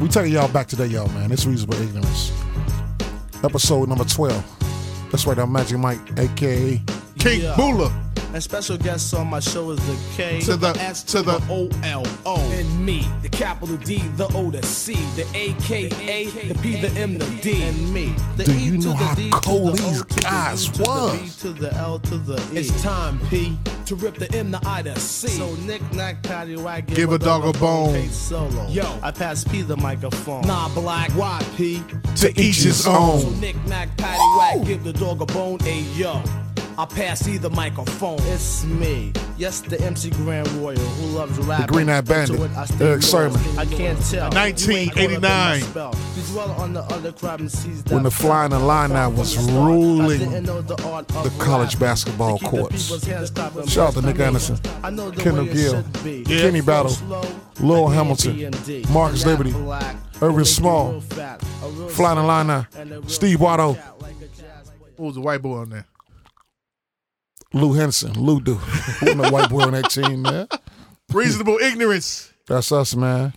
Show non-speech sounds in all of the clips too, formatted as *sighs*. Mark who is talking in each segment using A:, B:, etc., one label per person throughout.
A: We taking y'all back today, y'all, man. It's Reasonable Ignorance. Episode number 12. That's right, I'm Magic Mike, a.k.a.
B: King
C: Yeah.
B: Bula.
C: And special guests on my show is the K
B: To the-
C: S
B: to the-
C: O L O.
D: And me, the capital D, the O, the C, the AKA, the P, the M, the D.
C: And me. The
A: Do
C: E
A: you
C: to
A: know
C: the
A: how
C: D to
A: cold
C: the O
A: these
C: to the
A: guys
C: E to the
A: was?
C: B to the L to the E.
D: It's time, P, to rip the M, the I, the C.
C: So knick knack patty whack.
B: Give a dog a bone.
C: K solo.
D: Yo.
C: I pass P the microphone.
D: nah, black. Why, P?
B: To each his
D: So
B: own.
D: knick knack, patty whack, give the dog a bone, a yo. I pass either microphone.
C: It's me. Yes, the MC Grand Royal who loves rap.
A: Green Eyed Bandit, Eric Sermon.
C: I can't tell.
B: 1989.
C: The dweller on the other crowd and sees that
A: When the flying in line I was ruling
C: the
A: the college basketball courts. Shout out to Nick Anderson, Kendall Gill, Kenny Battle, Lil Hamilton, Marcus Liberty, Irvin Small, Flying in line I, Steve Watto,
B: Who was the white boy on there?
A: Lou Henson, Lou Do. Wasn't a white boy on that team, man.
C: Hmm.
B: Reasonable Ignorance.
A: That's us, man.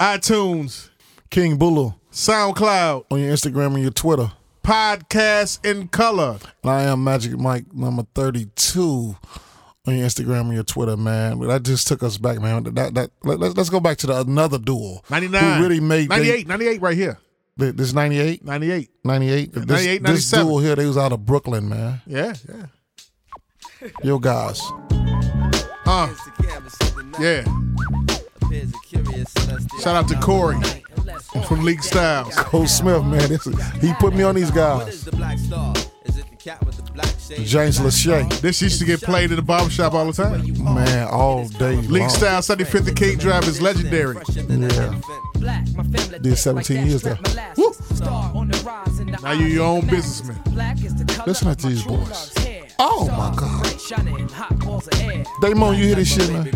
B: iTunes,
A: King Bulu
B: SoundCloud,
A: on your Instagram and your Twitter.
B: Podcast in Color.
A: And I am Magic Mike number 32 on your Instagram and your Twitter, man. But that just took us back, man. That, that, let, let's, let's go back to the, another duel.
B: 99.
A: Who really made they-
B: 98, 98 right here.
A: th- this 98?
B: 98.
A: 98? This,
B: 98,
A: this
B: 97.
A: duel here, they was out of Brooklyn, man.
B: Yeah, yeah.
A: Yo, guys.
B: Uh, yeah. Shout out to Corey from League Styles.
A: Cole Smith, man. This is, he put me on these guys. James Lachey.
B: This used to get played in the barbershop all the time.
A: Man, all day
B: League
A: long.
B: Style 75th and King Drive is legendary.
A: Yeah.
E: Did 17 years though.
A: Woo.
E: Now you your own businessman.
A: Listen to these boys. Oh, my God.
E: God.
A: Damon, you hear this shit, man?
F: You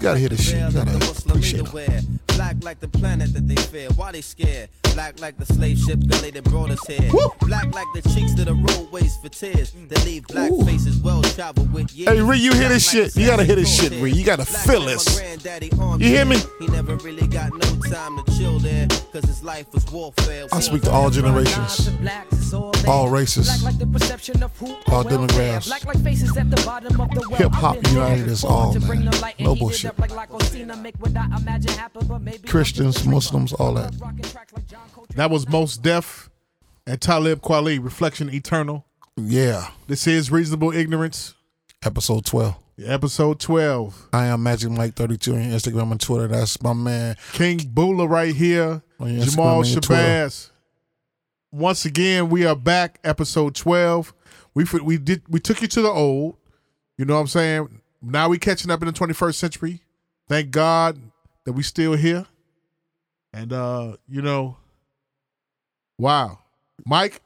A: gotta hear this shit. You gotta appreciate it.
F: Black like the planet that they fear. Why they scared? Black like the slave ship gully that brought us here. Black like the cheeks to the roadways for tears. That leave black
A: Ooh.
F: faces well traveled with years.
A: Hey, Ree, you hear this
F: Black
A: shit? You gotta hear this shit,
F: Ree.
A: Ree. You gotta
F: Black
A: feel
F: like my
A: this.
F: granddaddy on
A: You hear me?
F: He never really got no time to chill there. Cause his life was warfare.
A: I speak to all generations. All
E: All
A: races.
E: races.
A: All
E: All
A: demographics.
E: demographics. Hip
A: Hip-hop
E: Hop United is all, man.
A: No
E: No
A: bullshit.
E: bullshit.
A: Christians, Muslims, all that.
B: That was Most Def and Talib Kweli, Reflection Eternal.
A: Yeah.
B: This is Reasonable Ignorance,
A: Episode 12.
B: episode 12.
A: I am Magic Mike 32 on Instagram and Twitter. That's my man.
B: King Bula right here.
A: On your
B: Jamal
A: Instagram and your
B: Shabazz. Once again, we are back, episode twelve. We fi- we did we took you to the old. You know what I'm saying? Now we catching up in the 21st century. Thank God that we still here. And uh, you know, wow, Mike.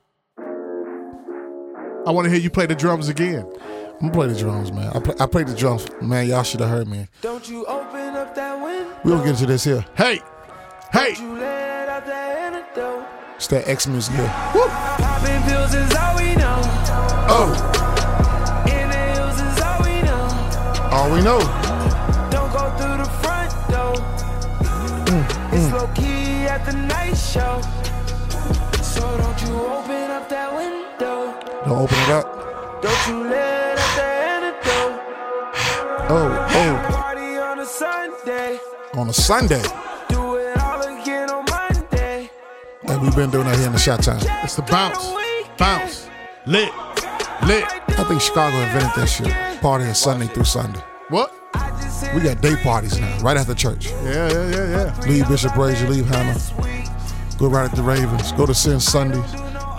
B: I want to hear you play the drums again.
A: I'm gonna play the drums, man. I play, I play the drums, man. Y'all should have heard me.
G: Don't you open up that window?
A: We'll get into this here.
B: Hey, hey,
G: You let out that antidote.
A: It's that X music here.
G: Popping pills is all we know.
A: Oh,
G: Inhales is all we know.
A: all we know.
G: Don't go through the front door. It's low key at the night show. So don't you open up that window.
A: Don't open it up.
G: Don't you let out that antidote.
A: Oh,
G: Party on a Sunday.
A: oh. On a Sunday.
G: Do it all again on Monday.
A: And we've been doing that here in the shot time.
B: it's the bounce, bounce, lit, lit.
A: I think Chicago invented that shit. Partying Sunday through Sunday.
B: What?
A: We got day parties now, right after church.
B: Yeah, yeah, yeah, yeah.
A: Leave Bishop Brazier, leave Hannah. Go right at the Ravens. Go to Sin Sunday.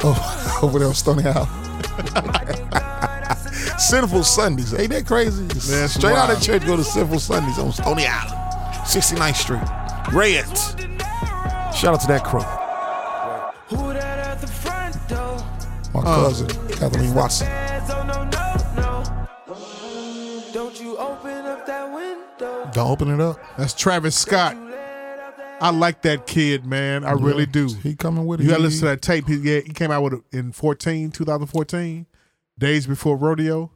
A: Oh, *laughs* over there on Stony Isle. Sinful Sundays. Ain't that crazy?
B: That's
A: Straight out of
B: wild.
A: church, go to Sinful Sundays on Stony Island, 69th Street. Reds. Shout out to that crew.
G: Who that at the front door?
B: Oh.
A: My cousin, Kathleen Watson.
G: Hands on, no, no, no. Don't you open up that window.
A: Don't open it up.
B: That's Travis Scott. I like that kid, man. I really do.
A: He coming with it.
B: You gotta
A: He-
B: listen to that tape. He, yeah, he came out with it in 14, 2014, days before rodeo.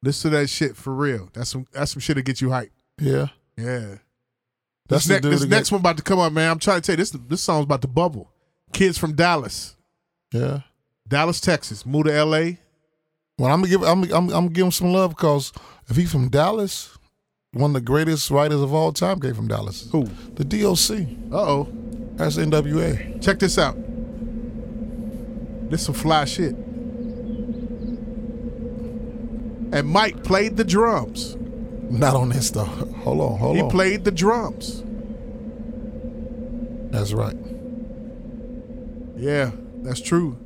B: Listen to that shit for real. That's some that's some shit that get you hyped.
A: Yeah.
B: Yeah.
A: That's
B: this
A: the
B: ne-
A: dude
B: this
A: that
B: next
A: got-
B: one about to come up, man. I'm trying to tell you this. This song's about to bubble. Kids from Dallas,
A: Yeah.
B: Dallas, Texas, move to L.A.
A: Well, I'm gonna give I'm I'm, I'm gonna give him some love because if he's from Dallas, one of the greatest writers of all time came from Dallas.
B: Who?
A: The DOC.
B: Uh oh.
A: That's NWA.
B: Check this out. This some fly shit. And Mike played the drums.
A: Not on this though. *laughs* Hold on, hold
B: he
A: on.
B: played the drums.
A: That's right.
B: Yeah, that's true.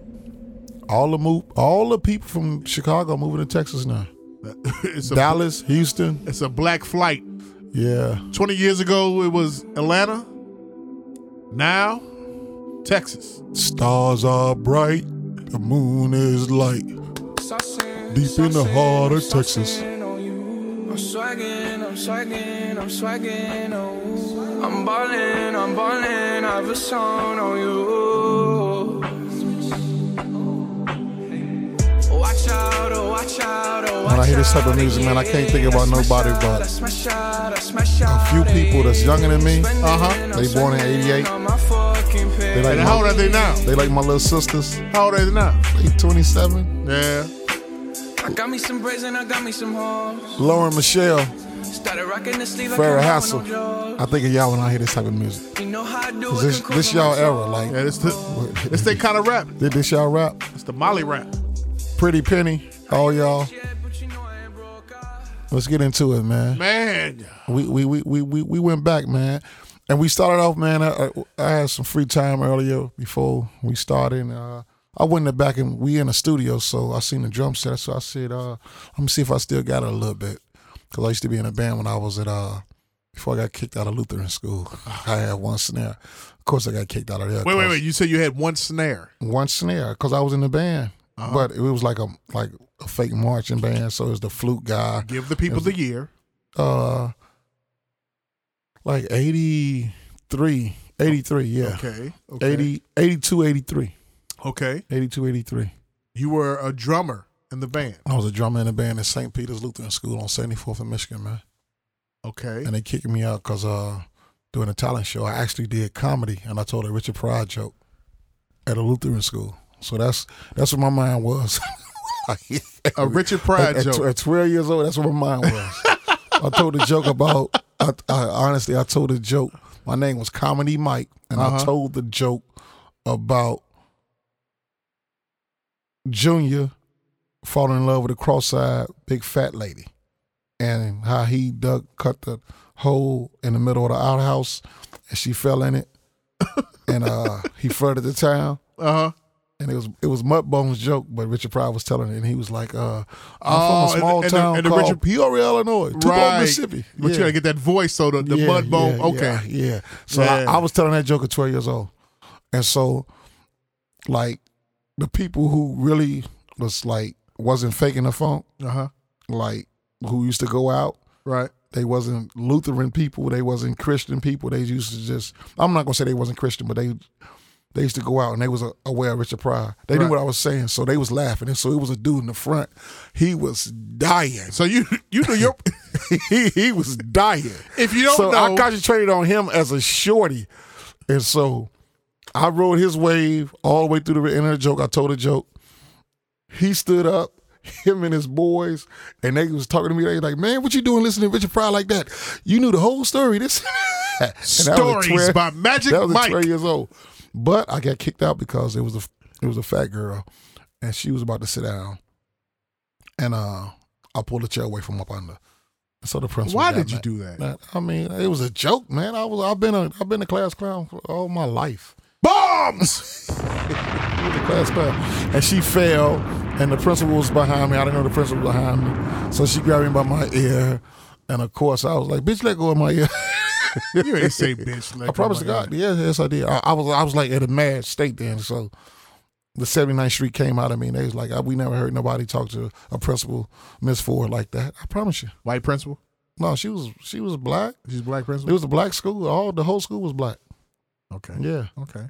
B: *laughs*
A: All the move, all the people from Chicago moving to Texas now.
B: it's a
A: Dallas, Houston.
B: It's a black flight.
A: Yeah.
B: 20 years ago, it was Atlanta. Now, Texas.
A: Stars are bright, the moon is light. Deep in the heart of Texas.
G: I'm swaggin', I'm swaggin', I'm swaggin', oh. I'm ballin', I'm ballin', I've a song on you. Watch out, oh, watch out, oh, watch
A: When I hear this type of music, man, I can't think about nobody but a few
G: eh.
A: people that's younger than me.
B: Uh-huh.
A: They born in '88. They like
B: And how old are
A: my,
B: they now?
A: they like my little sisters.
B: How old are they now?
A: They 27.
B: Yeah.
G: I got me some braids and I got me some hoes.
A: Lauren Michelle,
G: Started rocking the sleeve like
A: Farrah
G: I'm
A: Hassel.
G: on drugs.
A: I think of y'all when I hear this type of music.
G: You know how I do
A: 'Cause
G: it,
A: This,
G: can cook
A: this
G: on my
A: y'all
G: side.
A: era, like
B: Yeah, it's the, it's they kind of rap.
A: did this y'all rap?
B: It's the Molly rap.
A: Pretty Penny, all y'all.
G: Yeah, but you know I ain't broke ah. out.
A: Let's get into it, man.
B: Man.
A: we we we we we, we went back, man, and we started off, man. I, I had some free time earlier before we started. And, uh, I went in the back and we in the studio, so I seen the drum set. So I said, uh, "Let me see if I still got it a little bit," because I used to be in a band when I was at uh, before I got kicked out of Lutheran school. *laughs* I had one snare. Of course, I got kicked out of there.
B: Wait, wait,
A: 'cause-
B: wait. You said you Uh-huh. had one snare.
A: one snare because I was in the band. But it was like a like a fake marching band, so it was the flute guy.
B: Give the people the year.
A: uh like 83 83 yeah
B: Okay. Okay.
A: Eighty, eighty-two, eighty-three,
B: Okay.
A: eighty-two, eighty-three. 82 83 82 83
B: You were a drummer in the band.
A: I was a drummer in a band at St. Peter's Lutheran School on 74th in Michigan man
B: Okay.
A: and they kicked me out cuz uh doing a talent show I actually did comedy and I told a Richard Pryor joke at a Lutheran school so that's that's what my mind was *laughs*
B: A Richard Pryor
A: at, at tw-
B: joke.
A: At 12 years old, that's what my mind was. I told a joke about, I, I, honestly, I told a joke. My name was Comedy Mike, and I told the joke about Junior falling in love with a cross-eyed big fat lady and how he dug, cut the hole in the middle of the outhouse and she fell in it. and uh, he flooded the town
B: Uh huh.
A: and it was it was Mudbone's joke, but Richard Pryor was telling it, and he was like, uh, "I'm
B: Oh,
A: from
B: and-
A: a small
B: and the-
A: town
B: and the
A: called
B: Richard-
A: Peoria, Illinois, Tupelo,
B: Right.
A: Mississippi."
B: But you gotta get that voice so the, the
A: Yeah,
B: mud bone.
A: yeah,
B: okay.
A: yeah, yeah. So
B: Yeah.
A: I, I was telling that joke at 12 years old, and so like the people who really was like wasn't faking the funk,
B: Uh huh.
A: like who used to go out.
B: Right.
A: They wasn't Lutheran people. They wasn't Christian people. They used to just. I'm not gonna say they wasn't Christian, but they they used to go out and they was a- aware of Richard Pryor. They knew
B: Right.
A: what I was saying, so they was laughing. And so it was a dude in the front. He was dying.
B: So you you know your
A: *laughs* he, he was dying.
B: If you don't
A: so
B: know-
A: I concentrated on him as a shorty, and so I rode his wave all the way through the end of the joke. I told a joke. He stood up. Him and his boys, and they was talking to me. They like, man, what you doing listening to Richard Pryor like that? You knew the whole story. *laughs* This And that was at
B: Stories
A: 12
B: by Magic
A: That was at
B: Mike.
A: 12 years old, but I got kicked out because it was a it was a fat girl, and she was about to sit down, and uh, I pulled a chair away from up under. So the principal.
B: Why
A: got
B: did you
A: mad.
B: do that?
A: Man, I mean, it was a joke, man. I was I've been a I've been a class clown for all my life.
B: bombs. *laughs*
A: Class clown. And she fell and the principal was behind me. I didn't know the principal was behind me. So she grabbed me by my ear. And of course I was like, bitch, let go of my ear. *laughs*
B: you ain't say bitch. Like,
A: I promise to God. Yeah, yes, I did. I, I was I was like at a mad state then. So the 79th Street came out of me and they was like, we never heard nobody talk to a principal, Miss Ford, like that. I promise you.
B: White principal.
A: No, she was she was black.
B: She's black
A: It
B: principal.
A: was a black school. All the whole school was black.
B: Okay.
A: Yeah.
B: Okay.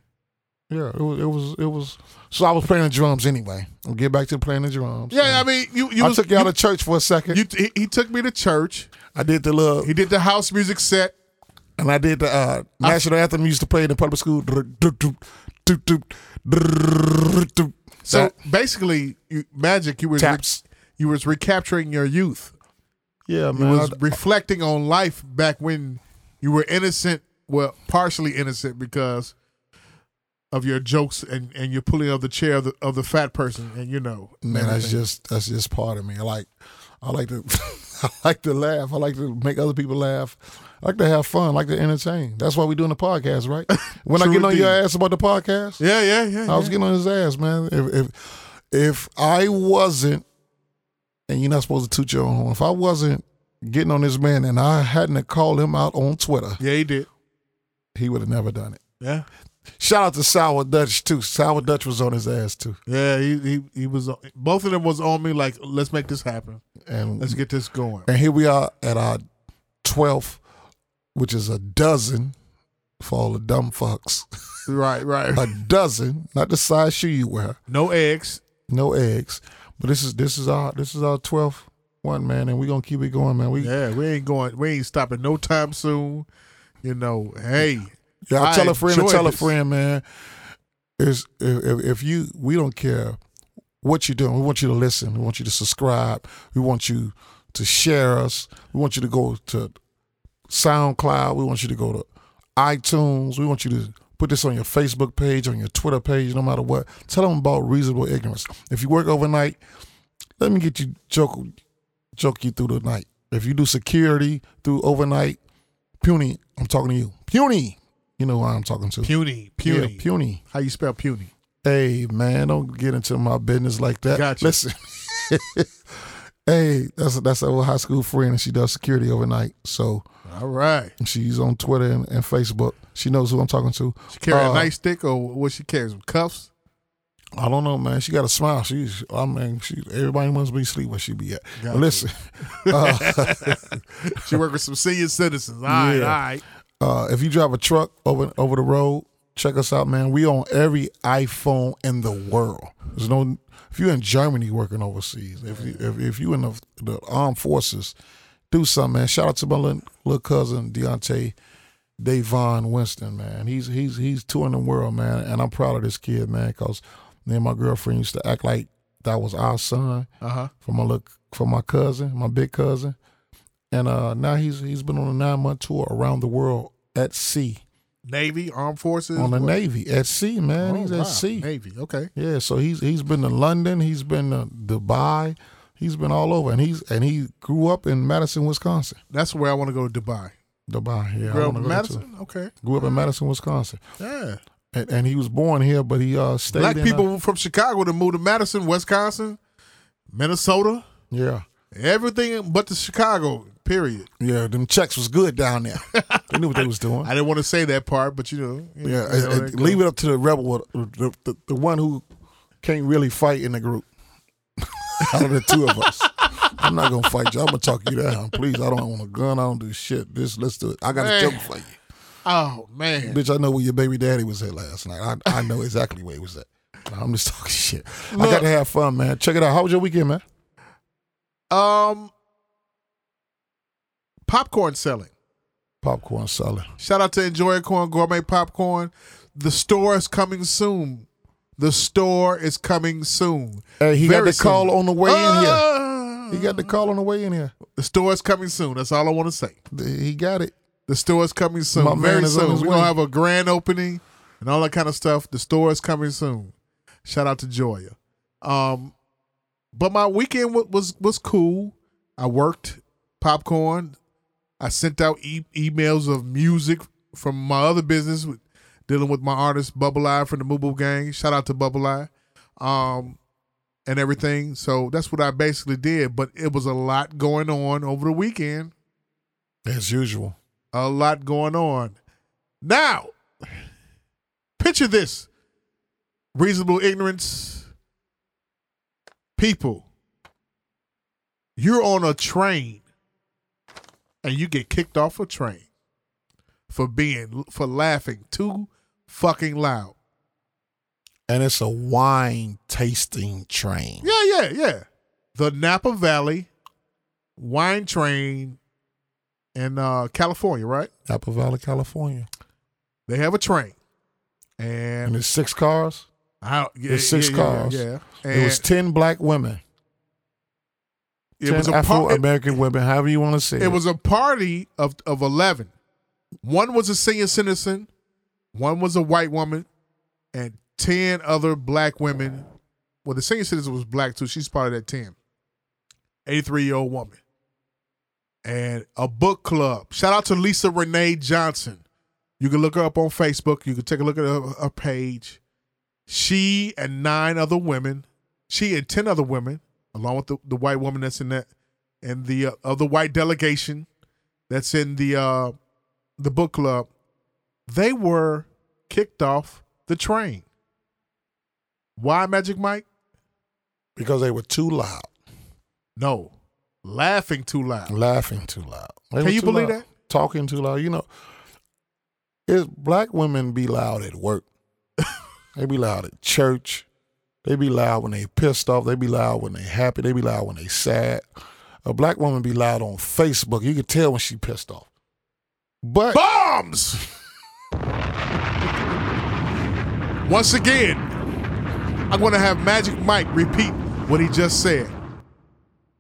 A: Yeah, it was, it was it was. So I was playing the drums anyway. I'll get back to playing the drums.
B: Yeah, I mean, you you
A: I
B: was,
A: took you out of church for a second.
B: you, you he, he took me to church.
A: I did the little.
B: He did the house music set.
A: And I did the uh, national anthem we used to play in the public school. So
B: So basically, you, Magic, you were
A: Taps.
B: you was recapturing your youth.
A: yeah,
B: You
A: man,
B: was reflecting on life back when you were innocent, well, partially innocent because of your jokes and, and your pulling of the chair of the, of the fat person, and you know,
A: man, that's just that's just part of me. I like I like to *laughs* I like to laugh. I like to make other people laugh. I like to have fun. I like to entertain. That's why we're doing the podcast, right? When I
B: True
A: get on your
B: indeed.
A: ass about the podcast,
B: yeah, yeah, yeah.
A: I was
B: yeah.
A: getting on his ass, man. If if if I wasn't, and you're not supposed to toot your own horn, if I wasn't getting on this man and I hadn't have called him out on Twitter,
B: yeah, he did.
A: he would have never done it.
B: Yeah,
A: Shout out to Sour Dutch too. Sour Dutch was on his ass too,
B: yeah. He he, he was. on- Both of them was on me. Like, let's make this happen.
A: and
B: Let's get
A: *laughs*
B: this going.
A: and here we are at our twelfth, which is a dozen for all the dumb fucks. *laughs*
B: Right,
A: a
B: right.
A: dozen, not the size shoe you wear.
B: No eggs.
A: no eggs. But this is this is our this is our twelfth one, man, and we're gonna keep it going, man. We yeah,
B: Yeah, we ain't going. We ain't stopping no time soon. You know, hey, I
A: tell a friend and
B: enjoy
A: tell
B: this.
A: a friend, man. Is if, if- if you we don't care what you're doing, we want you to listen. We want you to subscribe. We want you to share us. We want you to go to SoundCloud. We want you to go to iTunes. We want you to put this on your Facebook page, on your Twitter page, no matter what. Tell them about reasonable ignorance. If you work overnight, let me get you joke joke you through the night. If you do security through overnight, puny, I'm talking to you. Puny, you know who I'm talking to.
B: puny,
A: Yeah,
B: puny.
A: puny.
B: How you spell puny?
A: Hey man, don't get into my business like that.
B: Gotcha.
A: Listen. *laughs* hey, that's that's an old high school friend, and she does security overnight. So
B: All right.
A: she's on Twitter and, and Facebook. She knows who I'm talking to.
B: She carry
A: Uh,
B: a nice stick or what? She carries some cuffs.
A: I don't know, man. She got a smile. She's, I mean, she everybody must be asleep where she be at.
B: Gotcha.
A: Listen,
B: She work with
A: *laughs*
B: some senior citizens. All right,
A: Yeah.
B: all right.
A: uh, if you drive a truck over over the road, check us out, man. We on every iPhone in the world. There's no if you're in Germany working overseas, if you if, if you in the, the armed forces, do something, man. Shout out to my little, little cousin Deontay Davon Winston, man. He's he's he's touring the world, man, and I'm proud of this kid, man, because me and my girlfriend used to act like that was our son
B: Uh-huh.
A: for my look for my cousin, my big cousin, and uh, now he's he's been on a nine month tour around the world at sea
B: Navy, armed forces.
A: on the
B: what?
A: Navy at sea, man.
B: Oh,
A: he's
B: wow,
A: at sea.
B: Navy. Okay.
A: Yeah, so he's he's been to London, he's been to Dubai, he's been all over, and he's and he grew up in Madison, Wisconsin.
B: That's where I want to go to Dubai.
A: Dubai, yeah, I
B: Girl,
A: wanna go to-
B: Madison. Okay.
A: Grew up in Madison, Wisconsin,
B: Yeah.
A: and, and he was born here, but he uh stayed.
B: Black
A: in, uh,
B: people from Chicago to move to Madison, Wisconsin, Minnesota,
A: yeah,
B: everything but the Chicago. Period.
A: yeah. Them checks was good down there. *laughs* they knew what they was doing.
B: I didn't want to say that part, but you know.
A: Yeah,
B: you know,
A: and- and
B: that
A: leave it up to the rebel, the, the, the one who can't really fight in the group. *laughs* Out of the two of us, I'm not gonna fight you. I'm gonna talk you down, please. I don't want a gun. I don't do shit. This, let's do it. I got a
B: Man.
A: joke for you,
B: Oh man.
A: bitch. I know where your baby daddy was at last night. I, I know exactly where he was at. I'm just *laughs* talking shit. I got to have fun, man. Check it out. How was your weekend, man?
B: Um, popcorn selling.
A: Popcorn selling.
B: Shout out to Enjoy Corn Gourmet Popcorn. The store is coming soon. The store is coming soon.
A: Hey, he
B: Very
A: got the call
B: soon.
A: on the way
B: Ah!
A: in here. He got the call on the way in here.
B: The store is coming soon. That's all I want to say.
A: He got it.
B: The store is coming soon.
A: My man
B: Very
A: is on
B: soon.
A: his
B: We're gonna
A: way.
B: have a grand opening and all that kind of stuff. The store is coming soon. Shout out to Joya. Um, but my weekend wa- was was cool. I worked popcorn. I sent out e- emails of music from my other business, with, dealing with my artist Bubble Eye from the Moo Boo Gang. Shout out to Bubble Eye, um, and everything. So that's what I basically did. But it was a lot going on over the weekend
A: As usual.
B: a lot going on. Now, picture this reasonable ignorance. People, you're on a train and you get kicked off a train for being, for laughing too fucking loud.
A: And it's a wine tasting train.
B: Yeah, yeah, yeah. The Napa Valley Wine Train in uh, California, right?
A: Apple Valley, California.
B: They have a train, and,
A: And there's six cars.
B: I don't- yeah,
A: There's six
B: yeah, yeah,
A: cars.
B: Yeah,
A: it was
B: And
A: ten black women,
B: it was
A: ten
B: a
A: Afro
B: part. It,
A: American women, however you want to say it.
B: it was a party of of eleven. One was a senior citizen, one was a white woman, and ten other black women. Well, the senior citizen was black too. She's part of that ten. Eighty-three year old woman, and a book club. Shout out to Lisa Renee Johnson. You can look her up on Facebook. You can take a look at her, her page. She and nine other women, she and ten other women, along with the, the white woman that's in that, and the uh, other white delegation that's in the uh, the book club, they were kicked off the train. Why, Magic Mike?
A: because they were too loud,
B: No, laughing too loud.
A: laughing too loud. They
B: Can
A: were
B: you
A: too
B: believe
A: loud,
B: that?
A: Talking too loud. You know, it's black women be loud at
B: *laughs*
A: work. they be loud at church. They be loud when they pissed off. They be loud when they happy. They be loud when they sad. A black woman be loud on Facebook. You can tell when she pissed off. But
B: Bombs. *laughs* Once again, I'm gonna have Magic Mike repeat what he just said.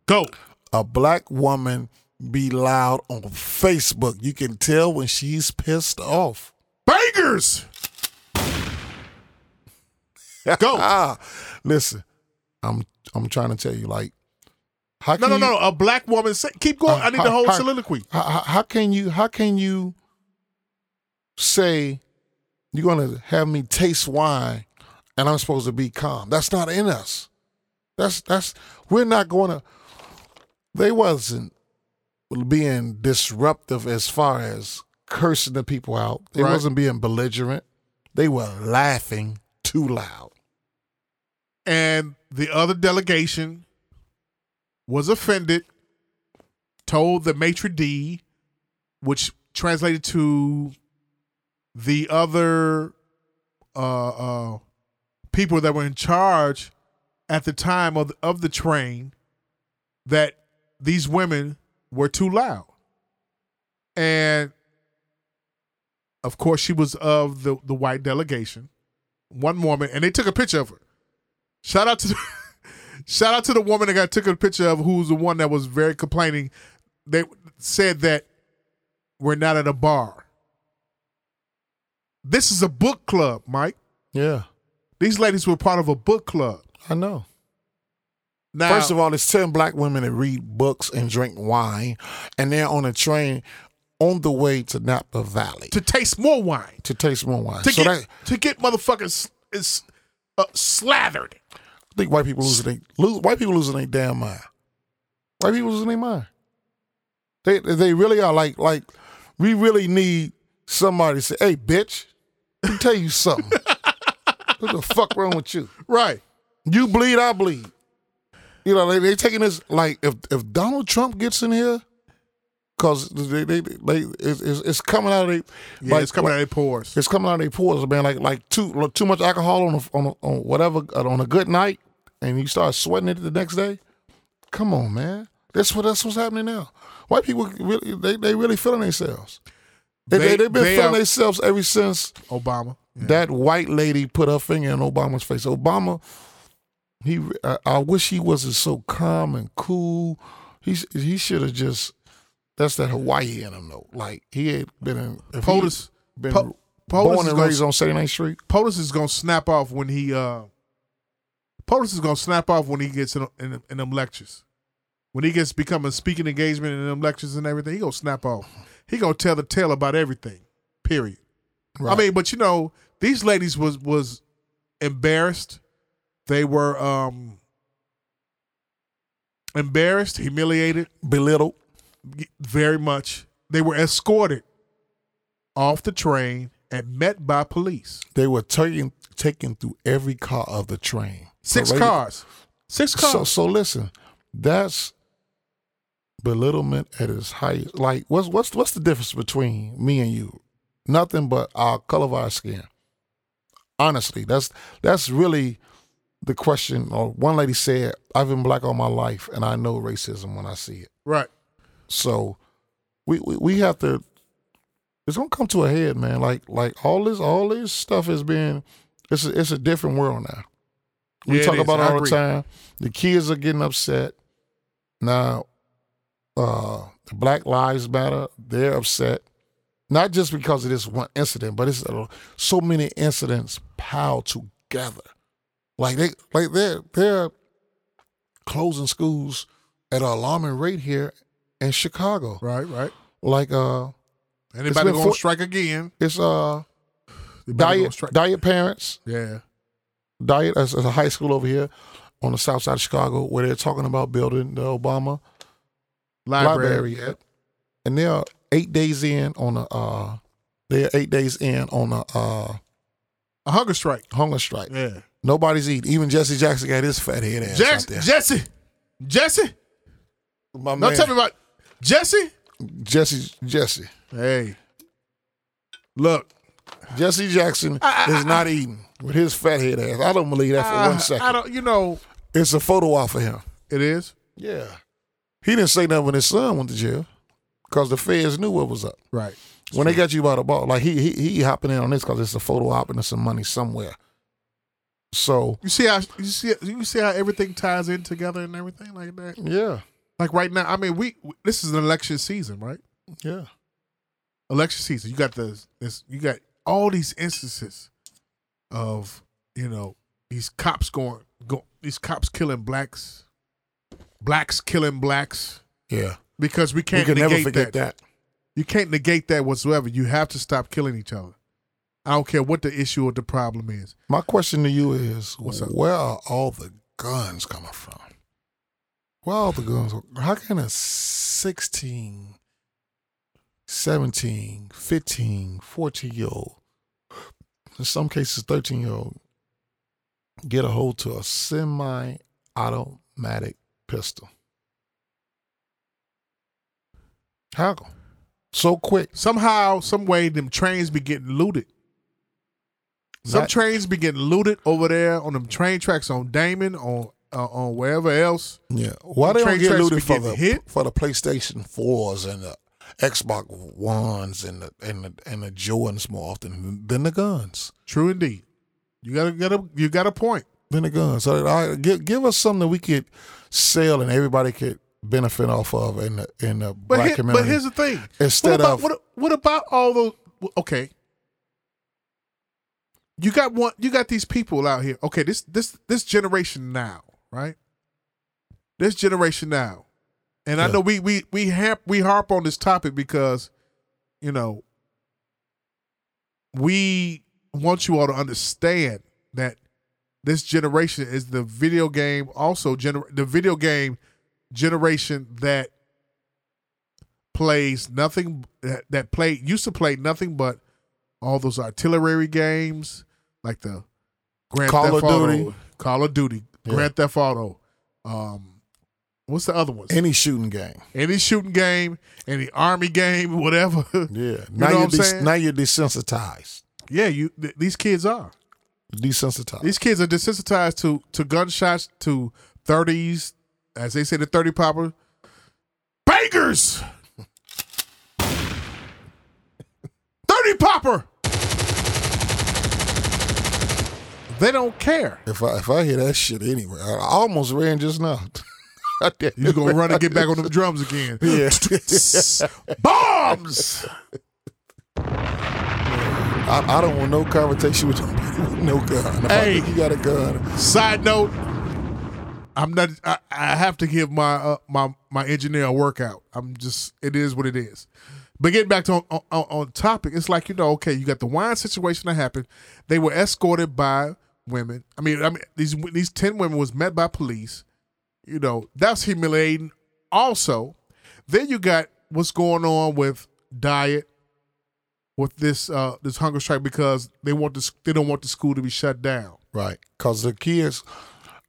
B: Go.
A: a black woman be loud on Facebook. You can tell when she's pissed off.
B: Bangers! Go.
A: Ah, listen, I'm I'm trying to tell you, like, how
B: No,
A: can
B: no,
A: you, Uh,
B: no. A black woman. Say, keep going. I need the whole soliloquy.
A: How, how- how can you how can you say you're gonna have me taste wine and I'm supposed to be calm? That's not in us. That's that's we're not gonna they wasn't being disruptive as far as cursing the people out. They
B: Right.
A: wasn't being belligerent. They were laughing too loud.
B: And the other delegation was offended, told the maitre d, which translated to the other uh, uh, people that were in charge at the time of the, of the train that these women were too loud. And of course, she was of the, the white delegation. One woman, and they took a picture of her. Shout out to the, *laughs* shout out to the woman that got took a picture of who's the one that was very complaining. They said that we're not at a bar. This is a book club, Mike.
A: Yeah,
B: These ladies were part of a book club.
A: I know.
B: Now,
A: First of all, there's 10 black women that read books and drink wine, and they're on a train on the way to Napa Valley to,
B: to taste more wine,
A: taste more wine.
B: to
A: so
B: get
A: that,
B: to get motherfuckers is uh, slathered.
A: I think white people losing their lose, white people losing their damn mind. White people losing their mind. They they really are like like we really need somebody to say, "Hey, bitch, let me tell you something.
B: *laughs*
A: what the fuck wrong with you?
B: Right.
A: You bleed, I bleed." You know, they they taking this like if if Donald Trump gets in here, cause they they, they it's, it's it's coming out of they,
B: Yeah,
A: like,
B: it's coming out of their pores.
A: it's coming out of their pores, man. Like like too like, too much alcohol on a, on a, on whatever uh, on a good night, and you start sweating it the next day. Come on, man. That's what that's what's happening now. White people really they they really feeling themselves. They,
B: They-
A: they, have been
B: they
A: feeling
B: are-
A: themselves ever since
B: Obama. Yeah.
A: that white lady put her finger in Obama's face. Obama, he I, I wish he wasn't so calm and cool. He sh- he should have just. That's that Hawaii in him though. Like he had been in if he
B: POTUS-
A: been
B: Po- POTUS
A: born
B: is
A: and
B: gonna-
A: raised on 79th Street.
B: POTUS is gonna snap off when he uh POTUS is gonna snap off when he gets in in, in them lectures. When he gets become a speaking engagement in them lectures and everything, he gonna snap off. He gonna tell the tale about everything. Period. I
A: Right.
B: mean, but you know, these ladies was was embarrassed. They were um embarrassed, humiliated
A: belittled.
B: very much. They were escorted off the train and met by police.
A: They were taken taken through every car of the train.
B: Six
A: Paraded-
B: cars. Six cars.
A: So so listen, that's belittlement at its highest. Like what's what's what's the difference between me and you? Nothing but our color of our skin. Honestly, that's that's really the question. Or one lady said, "I've been black all my life, and I know racism when I see it."
B: right.
A: So we, we we have to. It's gonna come to a head, man. Like like all this all this stuff has been. It's a, it's a different world now. We
B: Yeah, it
A: talk
B: is.
A: about it
B: I
A: all
B: agree.
A: the time. The kids are getting upset now. Uh, the Black Lives Matter. They're upset, not just because of this one incident, but it's uh, so many incidents piled together. Like they like they're they're closing schools at an alarming rate here in Chicago.
B: Right, right.
A: Like uh,
B: Anybody
A: been
B: gonna
A: four-
B: strike again?
A: it's uh,
B: They better go
A: diet
B: strike.
A: diet parents
B: Yeah.
A: diet as, as a high school over here on the south side of Chicago where they're talking about building the Obama library, yet. and they're eight days in on a uh, they're eight days in on a uh,
B: A hunger strike.
A: hunger strike.
B: Yeah.
A: Nobody's eating. Even Jesse Jackson got his fat head ass out
B: Jesse,
A: there.
B: Jesse, Jesse.
A: My
B: Don't
A: man,
B: tell me about Jesse.
A: Jesse Jesse
B: Hey, look,
A: Jesse Jackson is not eating with his fat head ass. I don't believe that for
B: I-
A: one second.
B: I don't. You know,
A: It's a photo off of him.
B: it is
A: Yeah. He didn't say nothing when his son went to jail because the feds knew what was up.
B: right.
A: When they got you by the ball, like he he, he hopping in on this because it's a photo op and there's some money somewhere. So,
B: You see how you see you see how everything ties in together and everything like that.
A: yeah,
B: Like right now, I mean, we this is an election season, right?
A: yeah.
B: election season. You got the this you got all these instances of you know these cops going go these cops killing blacks, blacks killing blacks
A: Yeah.
B: because we
A: We
B: can't
A: can
B: negate
A: never forget
B: that.
A: that.
B: You can't negate that whatsoever. You have to stop killing each other. I don't care what the issue or the problem is.
A: My question to you is
B: What's up?
A: where are all the guns coming from? Where are all the guns? How can a 16, 17, 15, 14 year old, in some cases 13 year old, get a hold to a semi automatic pistol? How? come? So quick.
B: Somehow, some way, them trains be getting looted. Some
A: That-
B: trains be getting looted over there on them train tracks on Damon on uh, on wherever else.
A: Yeah. Why they
B: Train
A: don't get
B: tracks
A: looted
B: be
A: for
B: getting
A: the
B: hit.
A: for the PlayStation fours and the Xbox ones and the and the and the Jordans more often than the guns.
B: True indeed. You gotta get a you got a point.
A: Than the guns. So all right, give give us something that we could sell and everybody could benefit off of in the in the
B: But
A: black
B: here-
A: community.
B: but here's the thing.
A: Instead
B: what about,
A: of-
B: what, what about all those? w- Okay, you got one. You got these people out here. Okay, this this this generation now, right? This generation now, and I
A: Yeah.
B: know we we we harp we harp on this topic because, you know, we want you all to understand that this generation is the video game also gener- the video game generation that plays nothing that, that played used to play nothing but all those artillery games like the Grand
A: Call
B: Theft
A: of
B: Auto,
A: Duty.
B: Call of Duty,
A: Yeah.
B: Grand Theft Auto. Um, what's the other ones? Any,
A: any shooting game.
B: shooting game, any army game, *laughs* whatever.
A: Yeah.
B: know
A: Now
B: what
A: you
B: I'm
A: are des-
B: saying?
A: now you're desensitized.
B: yeah, you th- these kids are.
A: Desensitized.
B: These kids are desensitized to to gunshots, to thirties, as they say, the thirty popper, bangers, *laughs* thirty popper. They don't care.
A: if I if I hear that shit anywhere, I I almost ran just now. I did.
B: You gonna run and get back on them drums again.
A: *laughs*
B: *laughs*
A: Yeah.
B: Bombs.
A: I, I don't want no conversation with nobody *laughs* with no gun. If I
B: Hey.
A: think you got a gun.
B: Side note: I'm not. I, I have to give my uh, my my engineer a workout. I'm just. It is what it is. But getting back to on, on, on topic, it's like you know, okay, you got the wine situation that happened. They were escorted by women. I mean, I mean these these ten women was met by police. You know, that's humiliating. Also, then you got what's going on with diet with this uh this hunger strike because they want this they don't want the school to be shut down.
A: Right. Because the kids,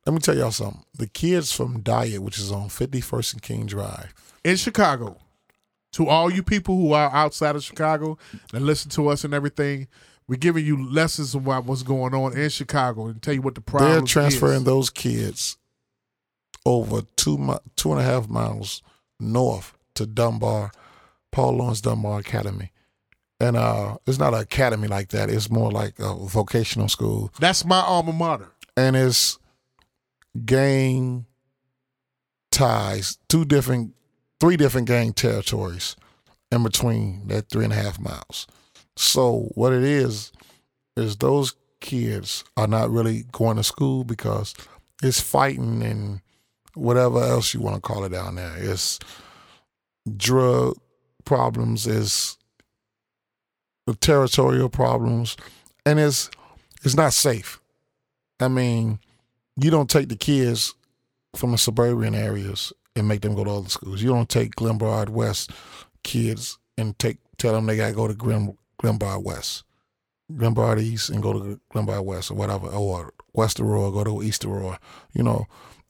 A: let me tell y'all something. The kids from Diet, which is on 51st and King Drive,
B: in Chicago, to all you people who are outside of Chicago that listen to us and everything, we're giving you lessons about what's going on in Chicago and tell you what the problem
A: they're transferring
B: is.
A: those kids over two, mi- two and a half miles north to Dunbar Paul Lawrence Dunbar Academy. And uh, it's not an academy like that. It's more like a vocational school.
B: That's my alma mater.
A: and it's gang ties, two different, three different gang territories in between that three and a half miles. So what it is is those kids are not really going to school because it's fighting and whatever else you want to call it down there. It's drug problems, it's territorial problems, and it's it's not safe. I mean, you don't take the kids from the suburban areas and make them go to other schools. You don't take Glenbard West kids and take tell them they gotta go to Glen, Glenbard West, Glenbard East, and go to Glenbard West or whatever, or West Aurora, go to East Aurora. You know,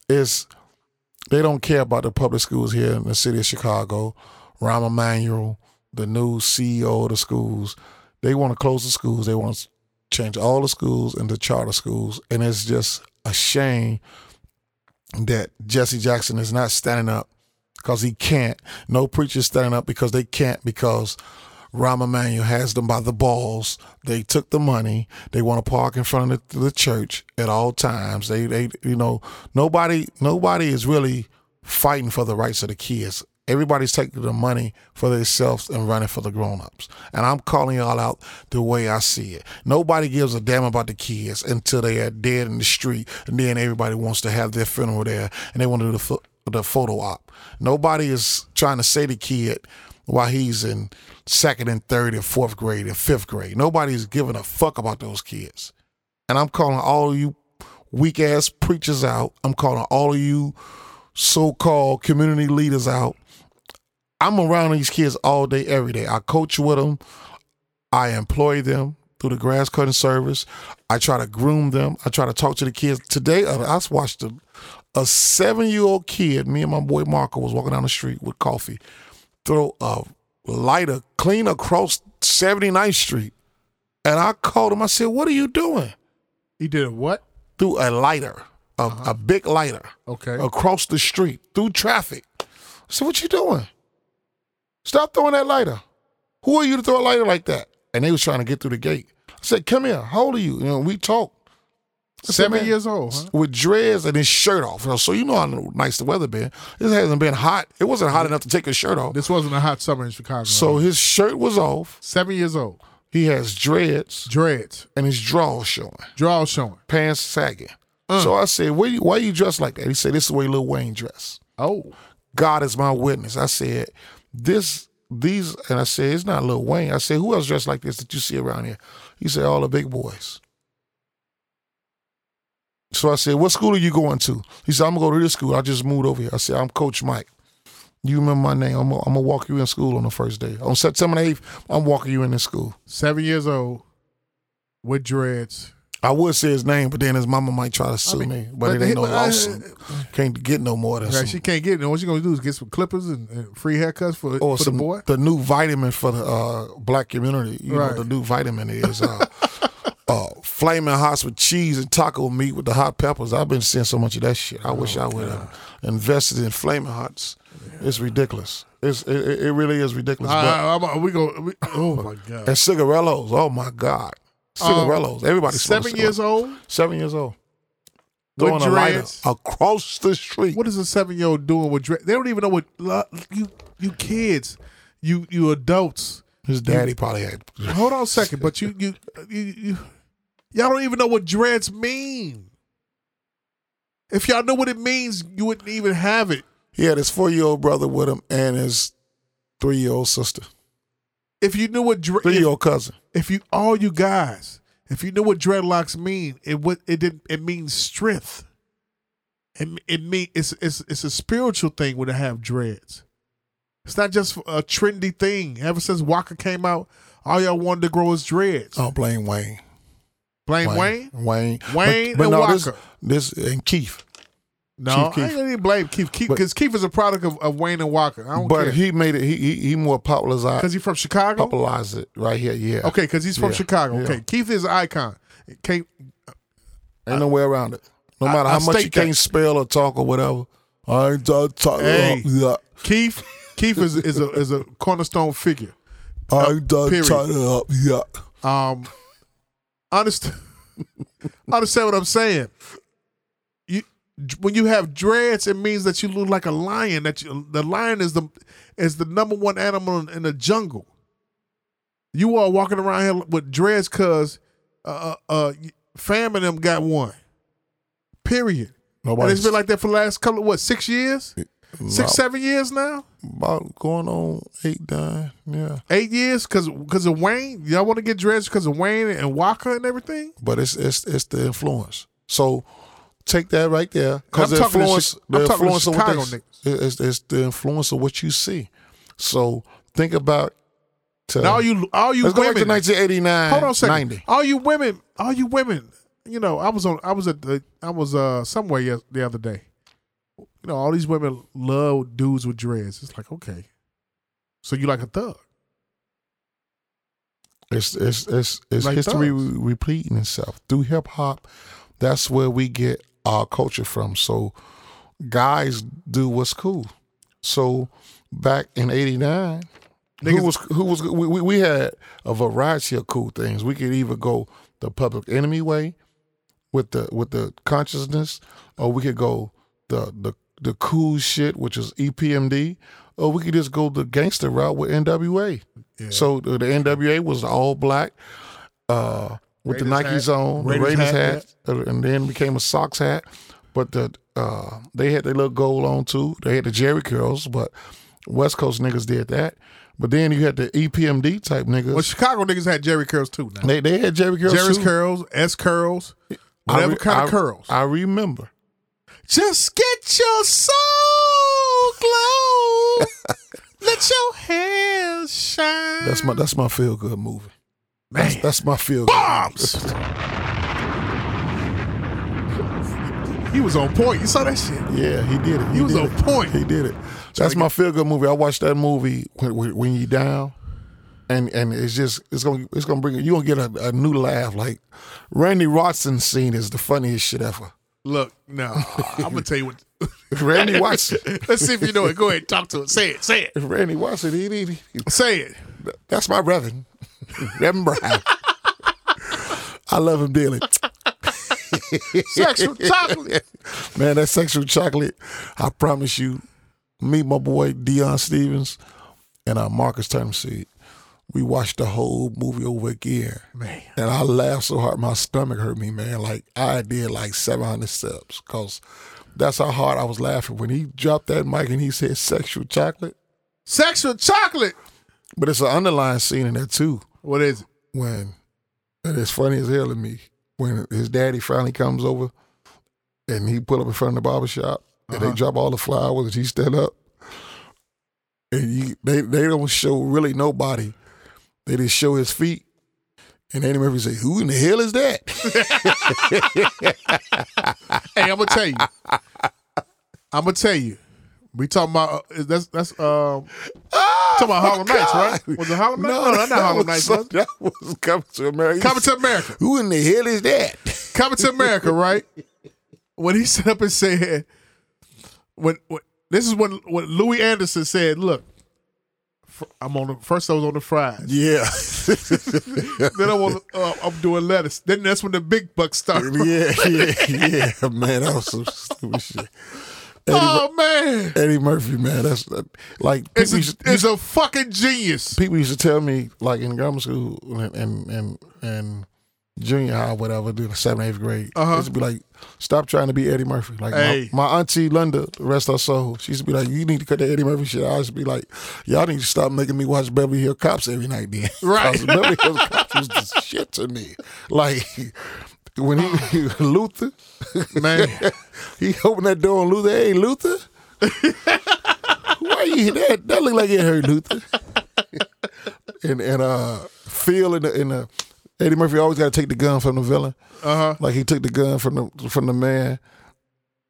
A: it's they don't care about the public schools here in the city of Chicago. Rahm Emanuel, the new CEO of the schools, they want to close the schools. They want to change all the schools into charter schools, and it's just a shame that Jesse Jackson is not standing up because he can't. No preacher's standing up because they can't because Rahm Emanuel has them by the balls. They took the money. They want to park in front of the, the church at all times. They, they, you know, nobody, nobody is really fighting for the rights of the kids. Everybody's taking the money for themselves and running for the grown-ups. And I'm calling y'all out the way I see it. Nobody gives a damn about the kids until they are dead in the street, and then everybody wants to have their funeral there, and they want to do the fo- the photo op. Nobody is trying to say the kid while he's in second and third and fourth grade and fifth grade. Nobody's giving a fuck about those kids. And I'm calling all you weak ass preachers out. I'm calling all of you so called community leaders out. I'm around these kids all day, every day. I coach with them. I employ them through the grass cutting service. I try to groom them. I try to talk to the kids. Today, uh, I watched a, a seven year old kid, me and my boy Marco, was walking down the street with coffee, throw a lighter clean across 79th Street. And I called him. I said, What are you doing?
B: He did a what?
A: Through a lighter, a, a big lighter
B: Uh-huh. Okay.
A: across the street through traffic. I said, "What you doing? Stop throwing that lighter. Who are you to throw a lighter like that?" And they was trying to get through the gate. I said, "Come here. How old are you?" You know, we talked. I said,
B: Seven
A: "Man,
B: years old, huh?
A: with dreads and his shirt off. You know, So you know how nice the weather been. This hasn't been hot. It wasn't hot enough to take his shirt off.
B: This wasn't a hot summer in Chicago.
A: So his shirt was off.
B: seven years old.
A: He has dreads
B: Dreads.
A: and his drawers showing.
B: Draw showing.
A: pants sagging. So I said, why you, why you dressed like that? He said, this is the way Lil Wayne dressed.
B: Oh.
A: God is my witness. I said, this, these, and I said, it's not Lil Wayne. I said, who else dressed like this that you see around here? He said, all the big boys. So I said, what school are you going to? He said, I'm going to go to this school. I just moved over here. I said, I'm Coach Mike. You remember my name. I'm going to walk you in school on the first day. On September the 8th, I'm walking you in this school.
B: Seven years old with dreads.
A: I would say his name, but then his mama might try to sue me. But,
B: but
A: it ain't
B: he-
A: no
B: but I-
A: lawsuit. Can't get no more than
B: Right,
A: some,
B: she can't get it. What she gonna do is get some clippers and, and free haircuts for,
A: or
B: for
A: some
B: the boy.
A: new vitamin for the uh, black community. You
B: Right.
A: know the new vitamin is
B: *laughs*
A: uh, uh, flaming hots with cheese and taco meat with the hot peppers. I've been seeing so much of that shit. I
B: Oh,
A: wish I would have invested in flaming hots. It's ridiculous. It's it, it- it really is ridiculous. But-
B: Uh, I'm- we go. We, oh my god!
A: and cigarellos. Oh my god, cigarellos. Everybody smokes
B: uh, Seven years
A: cigarettes.
B: old.
A: Seven years old.
B: With
A: Throwing a lighter
B: dreads.
A: across the street.
B: What is a seven year old doing with dreads? They don't even know what lo- you you kids, you you adults.
A: His daddy probably had.
B: Hold on a second, but you you you, you y'all don't even know what dreads mean. If y'all knew what it means, you wouldn't even have it.
A: *laughs* He had his four year old brother with him and his three year old sister,
B: If you knew what dreads,
A: three year old cousin.
B: if you all you guys, if you knew what dreadlocks mean, it would it didn't it means strength. It it mean it's it's it's a spiritual thing when they have dreads. It's not just a trendy thing. Ever since Walker came out, all y'all wanted to grow is dreads.
A: I don't blame Uh, Wayne.
B: Blame Wayne?
A: Oh, Wayne.
B: Wayne and Walker.
A: This, this and Keith.
B: No,
A: Chief Keef.
B: I ain't gonna even blame Keith Keith
A: But-
B: because Keith is a product of, of Wayne and Walker. I don't
A: But
B: care
A: he made it. He he, he more popularized
B: because he's from Chicago.
A: popularized it right here. Yeah.
B: Okay, because he's from
A: Yeah,
B: Chicago.
A: yeah.
B: Okay, Keith is an icon. Can't
A: Ain't no way around it. No
B: I-
A: matter
B: I
A: how much you
B: state that.
A: can't spell or talk or whatever. I ain't talk. talk
B: Hey.
A: yeah.
B: Keith Keith is is a is a cornerstone figure.
A: I'm done
B: Period.
A: turning up. Yeah.
B: Um, *laughs* honest, *laughs* understand what I'm saying. You when you have dreads, it means that you look like a lion. That you, the lion is the is the number one animal in, in the jungle. You are walking around here with dreads, cause uh, uh, uh, fam and them got one. Period. and
A: Nobody's
B: it's been like that for the last couple of what six years,
A: No.
B: six seven years now,
A: about going on eight nine. Yeah.
B: eight years, cause cause of Wayne. Y'all want to get dreads because of Wayne and Walker and everything.
A: But it's it's it's the influence. So take that right there
B: I'm
A: because the
B: talking to
A: influence
B: Chi-
A: the
B: I'm talking to
A: influence of what
B: Chicago
A: they, it's, it's the influence of what you see. So think about. To,
B: And all you all you
A: Uh, let's go
B: women
A: back to 1989.
B: Hold on a second.
A: 90.
B: All you women, all you women. You know, I was on. I was at. The, I was uh somewhere yes, the other day. You know, all these women love dudes with dreads. It's like okay, so you like a thug?
A: It's it's it's, it's
B: Like
A: history
B: thugs.
A: re- repeating itself through hip hop. That's where we get our culture from. So guys do what's cool. So back in '89, who
B: Niggas-
A: was who was we, we we had a variety of cool things. We could either go the Public Enemy way with the with the consciousness, or we could go the the the cool shit, which is E EPMD, or we could just go the gangster route with NWA. So the, the NWA was all black uh, with the Nikes
B: Raiders hat.
A: on, the
B: Raiders
A: Raiders
B: hat,
A: hat, uh, and then became a socks hat. But the uh, they had their little gold on too. They had the Jerry curls, but West Coast niggas did that. But then you had the E EPMD type niggas.
B: Well, Chicago niggas had Jerry curls too. Now.
A: they they had Jerry curls.
B: Jerry's
A: too.
B: curls, S curls, whatever
A: re-
B: kind of curls.
A: I remember.
B: Just get your
A: *laughs*
B: soul glow. Let your hair shine.
A: That's my that's my feel good movie.
B: man.
A: That's my feel
B: bombs. he was on point. You saw that shit.
A: Yeah, he did it. He,
B: was
A: did
B: on
A: it.
B: point.
A: He did it. That's my feel good movie. I watched that movie when, when, when you down, and and it's just it's gonna it's gonna bring you gonna get a, a new laugh. Like Randy Watson scene is the funniest shit ever.
B: Look, no, I'm gonna tell you what. *laughs*
A: Randy Watson.
B: Let's see if you know it. Go ahead, talk to it. Say it. Say it.
A: Randy Watson. He, he, he,
B: Say it.
A: that's my brother. Reverend Brown. I love him dearly.
B: Sexual chocolate.
A: Man, that sexual chocolate, I promise you, meet my boy Dion Stevens and uh, Marcus Seed. We watched the whole movie over again. Man. And I laughed so hard, my stomach hurt me, man. Like, I did like 700 steps because that's how hard I was laughing. When he dropped that mic and he said sexual chocolate,
B: Sexual chocolate.
A: but it's an underlying scene in there too
B: What is it?
A: when and it's funny as hell to me when his daddy finally comes over and he pull up in front of the barber shop and
B: Uh-huh.
A: they drop all the flowers and he stand up and you, they they don't show really nobody they just show his feet and Andy Murphy say who in the hell is that
B: Hey, I'm gonna tell you. I'm gonna tell you. We talking about uh, that's that's um *laughs* talking
A: *laughs*
B: about Harlem Nights, right? Was it Harlem Nights? No, no, not
A: that
B: Harlem
A: was
B: Nights.
A: some-
B: was it?
A: that was coming to America
B: Coming to America.
A: who in the hell is that
B: Coming to America, right? When he *laughs* stood up and said, "When, when this is when when Louis Anderson said, look, fr- I'm on the first I was on the fries, *laughs*
A: yeah
B: then I'm on, the- uh, I'm doing lettuce. Then that's when the big bucks
A: *laughs* *laughs*
B: started.
A: yeah yeah yeah man that was some stupid shit
B: oh man,
A: Eddie Murphy, man, that's that, like
B: it's
A: people
B: a,
A: used, to,
B: it's a fucking genius.
A: people used to tell me like in grammar school and and and, and junior high, whatever, during the seventh, eighth grade,
B: Uh-huh.
A: they used to be like, stop trying to be Eddie Murphy. Like
B: Hey.
A: my, my auntie Linda, the rest of her soul, she used to be like, you need to cut that Eddie Murphy shit. I used to be like, y'all need to stop making me watch Beverly Hill Cops every night, then. *laughs* 'Cause
B: Right.
A: Beverly Hill Cops was the shit to me. Like when
B: *sighs*
A: he *laughs* Luther,
B: Man.
A: *laughs* he opened that door and Luther, hey Luther. *laughs* Why you that? That look like it hurt Luther. *laughs* and and uh, Phil and the, and the Eddie Murphy always got to take the gun from the villain.
B: Uh huh.
A: Like he took the gun from the from the man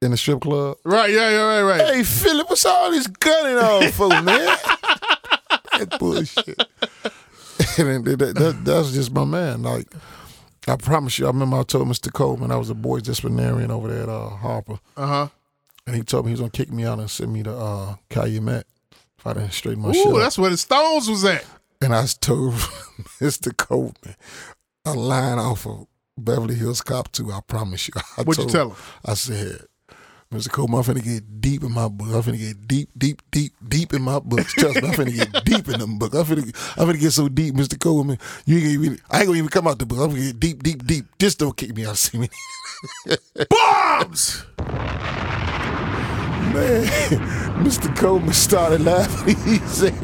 A: in the strip club.
B: Right. Yeah. Yeah. Right. Right.
A: Hey Philip, what's all this gunning on for, man? that bullshit. *laughs* and then that, that, that's just my man. Like I promise you, I remember I told Mr. Coleman I was a boys disciplinarian over there at uh, Harper
B: Uh huh.
A: and he told me he was gonna kick me out and send me to uh, Calumet If I didn't straighten my shit
B: Ooh,
A: up.
B: that's where the Stones was at.
A: And I told *laughs* Mr. Coleman a line off of Beverly Hills Cop 2, I promise you. *laughs* I
B: What'd you
A: told
B: tell him?
A: I said, Mr. Coleman, I'm finna get deep in my book. I'm finna get deep, deep, deep, deep in my books. Trust me, I'm finna
B: *laughs*
A: get deep in them books. I'm finna, I'm finna get so deep, Mr. Coleman. You ain't gonna even, I ain't gonna even come out the book. I'm gonna get deep, deep, deep. Just don't kick me out, see me.
B: Bombs!
A: Man, *laughs* Mr. Coleman started laughing. *laughs* He said,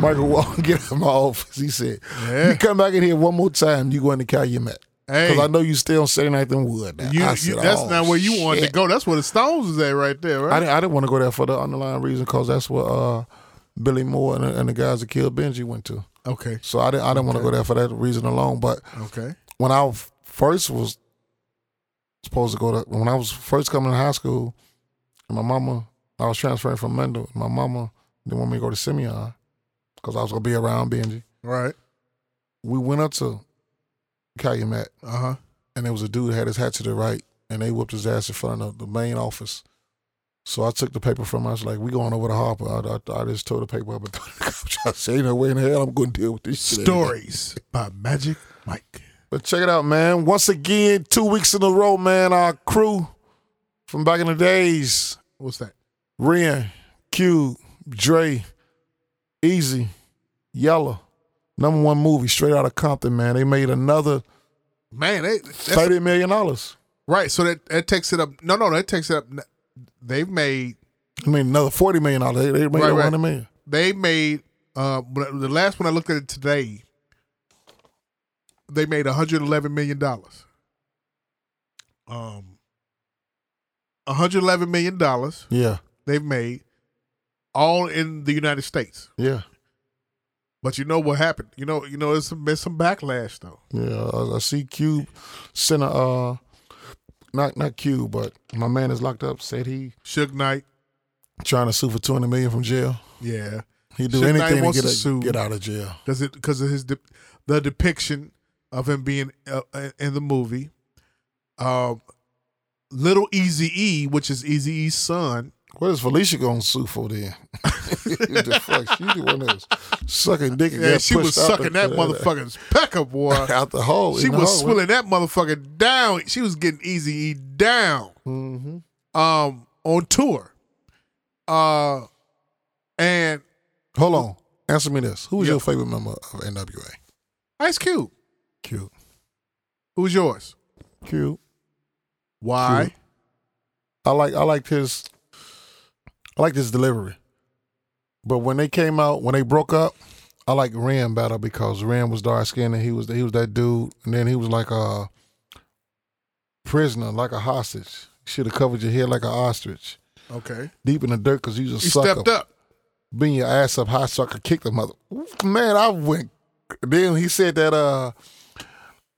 A: Michael Walton, get out of my office. He said,
B: Yeah.
A: You come back in here one more time, you going to Calumet.
B: Hey.
A: Because I know you still on Saturday Night in Wood. Now.
B: You,
A: I
B: you,
A: said,
B: that's
A: "Oh,
B: not where you wanted to
A: shit."
B: go. That's where the Stones was at right there,
A: I
B: right?
A: didn't, I didn't want to go there for the underlying reason because that's where uh, Billy Moore and, the- and the guys that killed Benji went to.
B: okay.
A: So I didn't, I didn't want to go there for that reason alone. But
B: Okay.
A: when I f- first was supposed to go to when I was first coming to high school, and my mama, I was transferring from Mendel. My mama didn't want me to go to Simeon because I was gonna be around Benji.
B: Right.
A: We went up to Calumet,
B: Uh huh.
A: and there was a dude that had his hat to the right, and they whooped his ass in front of the main office. So I took the paper from. him. I was like, "We going over to Harper." I, I, I just tore the paper up and threw it *laughs* in the garbage. I said, "Ain't no way in hell I'm going to deal with this shit."
B: Stories by Magic Mike.
A: But check it out, man. Once again, two weeks in a row, man. Our crew from back in the days,
B: What's that?
A: Ren, Q, Dre, Easy, Yella. Number one movie, straight out of Compton, man. They made another
B: Man, they, that's
A: thirty million dollars.
B: right. So that, that takes it up. No, no, that takes it up. They've made
A: I mean, another forty million dollars. They, they made
B: Right,
A: over
B: right.
A: hundred million.
B: they made uh when- the last one I looked at it today. They made 111 million dollars. Um, 111 million dollars
A: Yeah,
B: they've made, all in the United States.
A: yeah,
B: But you know what happened? You know, you know, it's been some backlash though.
A: yeah. I, I see Cube sent a uh, not not Cube, but my man is locked up. Said he
B: Suge Knight,
A: trying to sue for two hundred million from jail.
B: yeah,
A: He do
B: Suge Knight
A: anything to
B: wants
A: get,
B: to
A: a-
B: sue.
A: get out of jail.
B: does it because of his de- the depiction of him being uh, uh, in the movie. Um, Little Easy E, which is Easy E's son,
A: What is Felicia gonna sue for then? *laughs* the fuck, she the one that was sucking dick. and
B: Yeah,
A: got
B: she was
A: pushed out
B: sucking
A: the- uh,
B: that motherfucker's pecker,
A: *laughs*
B: boy.
A: out the hole.
B: She was swilling that motherfucker down. She was getting Easy E down
A: Mm-hmm.
B: um, on tour. Uh, and
A: Hold on, answer me this: Who's
B: Yeah.
A: your favorite member of NWA?
B: Ice Cube,
A: Cute,
B: who's yours?
A: cute.
B: Why?
A: I like I liked his, I liked his delivery. But when they came out, when they broke up, I like Ram better because Ram was dark skinned and he was he was that dude, and then he was like a prisoner, like a hostage. Should have covered your head like an ostrich.
B: Okay,
A: deep in the dirt because you just
B: he
A: sucker.
B: stepped up.
A: Being your ass up high so I could kick the mother. Man, I went. Then he said that uh,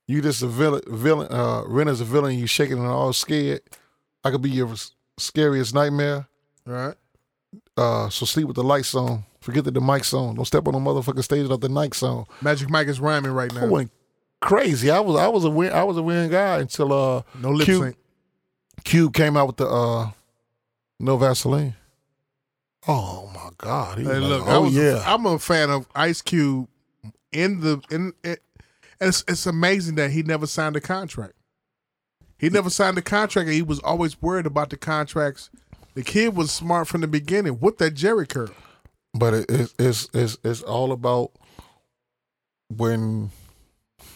A: you just a villain. Villain. Uh, Ren is a villain. You shaking and all scared. I could be your scariest nightmare.
B: All right,
A: Uh, so sleep with the lights on. Forget that the mic's on. Don't step on the motherfucking stage without the mic's on.
B: Magic Mike is rhyming right now.
A: I went crazy. I was I was a win I was a win guy until uh
B: no lip
A: Cube-
B: sync.
A: Cube came out with the uh no Vaseline. Oh my God! He was
B: Hey,
A: like,
B: look,
A: oh
B: I was,
A: yeah,
B: I'm a fan of Ice Cube. In the in, it, it's it's amazing that he never signed a contract. He never signed a contract, and he was always worried about the contracts. The kid was smart from the beginning with that Jerry curl.
A: but it, it's it's it's it's all about when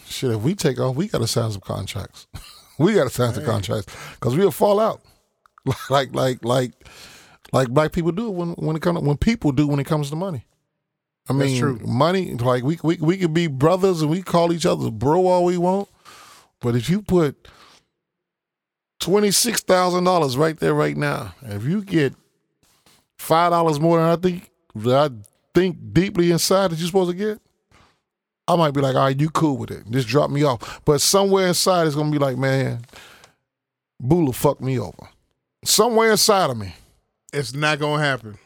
A: shit. If we take off, we gotta sign some contracts. *laughs* we gotta sign some contracts because we'll fall out. *laughs* like like like like black people do when when it comes when people do when it comes to money. I
B: That's
A: mean,
B: true.
A: money. Like we we we could be brothers and we call each other bro all we want, but if you put twenty six thousand dollars right there right now, if you get five dollars more than I think that I think deeply inside that you're supposed to get, I might be like, all right, you cool with it. Just drop me off. But somewhere inside it's gonna be like, man, Bula fucked me over. Somewhere inside of me.
B: It's not gonna happen.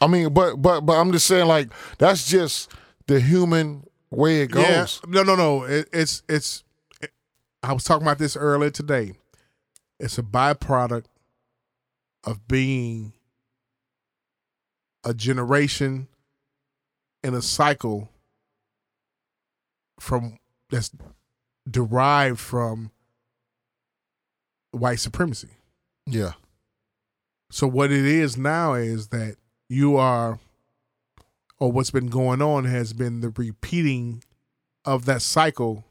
A: I mean, but but but I'm just saying like that's just the human way it goes.
B: Yeah. No, no, no. It, it's it's. it- I was talking about this earlier today. It's a byproduct of being a generation and a cycle from that's derived from white supremacy.
A: Yeah.
B: So what it is now is that you are, or what's been going on has been the repeating of that cycle.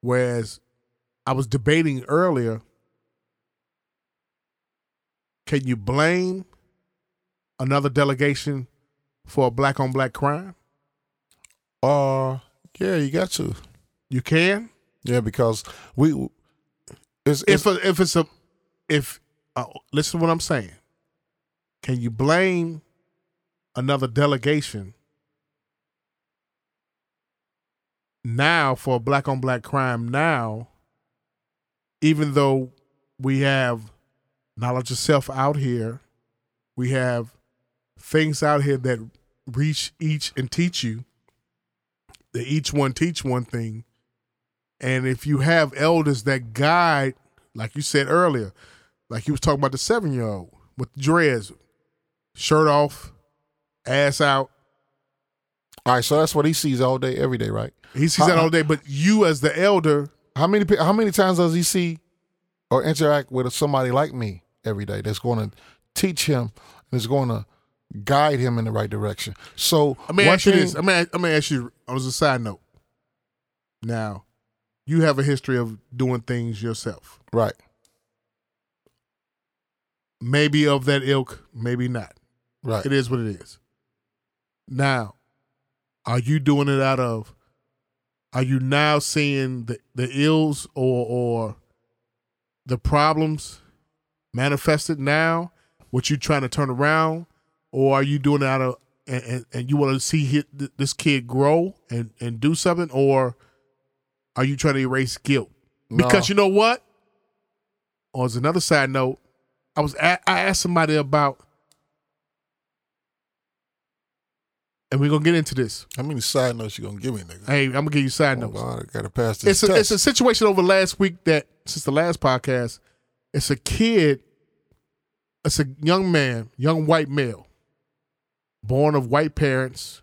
B: Whereas I was debating earlier, can you blame another delegation for a black on black crime?
A: Uh yeah, you got to.
B: You can.
A: Yeah, because we it's, it's
B: If a, if it's a if uh, listen to what I'm saying, can you blame another delegation now for a black on black crime now, even though we have knowledge of self out here, we have things out here that reach each and teach you, that each one teach one thing. And if you have elders that guide, like you said earlier, like you was talking about the seven year old with dreads, shirt off, ass out.
A: all right, so that's what he sees all day, every day, right?
B: He sees that all day, but you as the elder,
A: How many pe- how many times does he see or interact with somebody like me every day that's going to teach him and is going to guide him in the right direction? So
B: I mean,
A: one
B: ask you
A: thing-
B: this. I mean, I mean, ask you. I was a side note. Now, you have a history of doing things yourself.
A: right?
B: Maybe of that ilk, maybe not.
A: Right.
B: It is what it is. Now, are you doing it out of? Are you now seeing the the ills or or the problems manifested now? What you trying to turn around, or are you doing it out of and, and, and you want to see hit, th- this kid grow and and do something, or are you trying to erase guilt? Because you know what? On another side note, I was a- I asked somebody about and we're gonna get into this.
A: How many side notes you gonna give me, nigga?
B: Hey, I'm gonna give you side
A: Oh
B: notes.
A: God, I gotta pass this
B: It's a,
A: test.
B: it's a situation over last week that since the last podcast, it's a kid, it's a young man, young white male, born of white parents,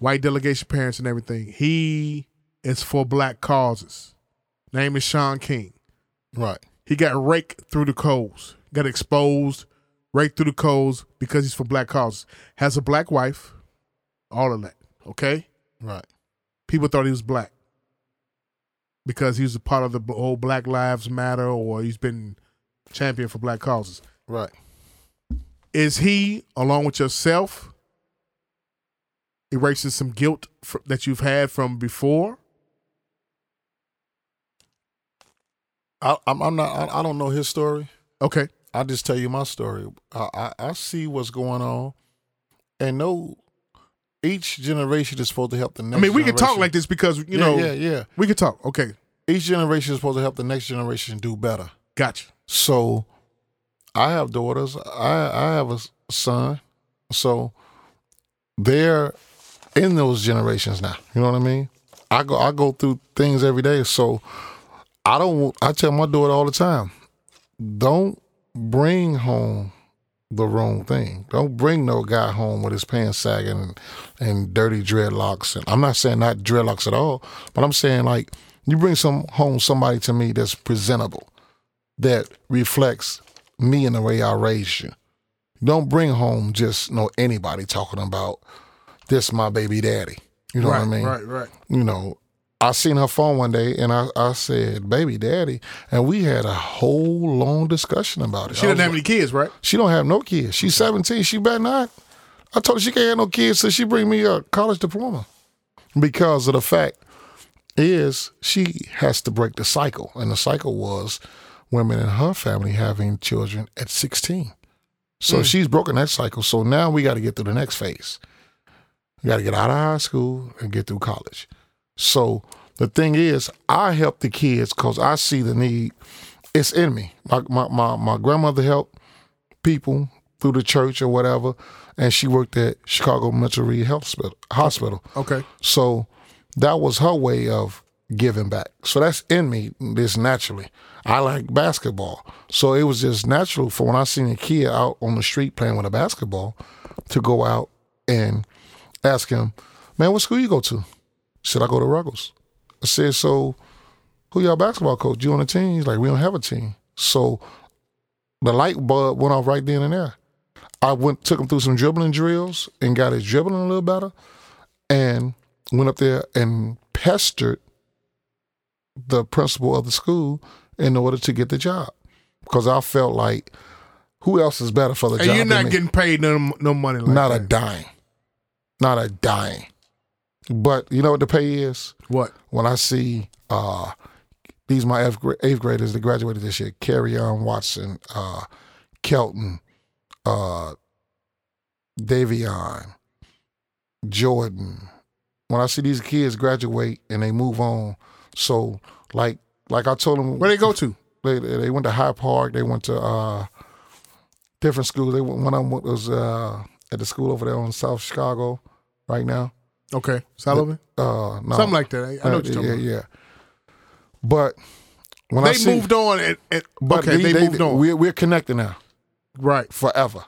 B: white delegation parents, and everything. He is for black causes. Name is Sean King.
A: right.
B: He got raked through the coals, got exposed, raked through the coals because he's for black causes. Has a black wife, all of that. Okay
A: Right.
B: people thought he was black because he was a part of the b- whole Black Lives Matter or he's been champion for black causes.
A: Right.
B: Is he, along with yourself, erasing some guilt fr- that you've had from before?
A: I, I'm, I'm not. I, I don't know his story.
B: Okay.
A: I just tell you my story. I, I, I see what's going on, and no, each generation is supposed to help the next.
B: I mean, we can talk
A: generation.
B: like this because, you
A: Yeah,
B: know,
A: yeah, yeah.
B: we can talk. Okay.
A: Each generation is supposed to help the next generation do better.
B: Gotcha.
A: So, I have daughters. I I have a s- son. So, they're in those generations now. You know what I mean? I go I go through things every day. So, I don't. I tell my daughter all the time, don't bring home the wrong thing. Don't bring no guy home with his pants sagging and, and dirty dreadlocks. And I'm not saying not dreadlocks at all, but I'm saying like you bring some home somebody to me that's presentable, that reflects me and the way I raised you. Don't bring home just no anybody talking about this my baby daddy. You know
B: right,
A: what I mean?
B: right, right.
A: you know, I seen her phone one day and I, I said, baby daddy. And we had a whole long discussion about it.
B: She
A: I
B: doesn't
A: was
B: have
A: like,
B: any kids, right?
A: she don't have no kids. She's 17. She better not. I told her she can't have no kids till she bring me a college diploma. Because of the fact is she has to break the cycle. And the cycle was women in her family having children at 16. So she's broken that cycle. So now we got to get through the next phase. We got to get out of high school and get through college. So the thing is, I help the kids because I see the need. It's in me. My, my, my, my grandmother helped people through the church or whatever, and she worked at Chicago Mental Reed Health Spi- Hospital.
B: Okay.
A: So that was her way of giving back. So that's in me just naturally. I like basketball. So it was just natural for when I seen a kid out on the street playing with a basketball to go out and ask him, man, what school you go to? Should I go to Ruggles? I said, so who y'all basketball coach? You on a team? He's like, we don't have a team. So the light bulb went off right then and there. I went took him through some dribbling drills and got his dribbling a little better, and went up there and pestered the principal of the school in order to get the job because I felt like who else is better for the
B: And
A: job?
B: you're
A: than
B: not
A: me?
B: getting paid no no money like
A: not
B: that.
A: a dime, not a dime. But you know what the pay is?
B: What?
A: When I see uh, these my eighth, gra- eighth graders that graduated this year, Carry on Watson, uh, Kelton, uh, Davion, Jordan. When I see these kids graduate and they move on, so like like I told them,
B: Where they go to?
A: They they they went to High Park. They went to uh, different schools. They went- one of them was uh, at the school over there on South Chicago right now.
B: Okay, Sullivan.
A: Uh, no.
B: Something like that. I- I know what you're
A: Uh,
B: talking
A: yeah,
B: about.
A: Yeah, But when I
B: they
A: see,
B: moved on. At, at, okay, they, moved on.
A: We're, we're connected now
B: right.
A: forever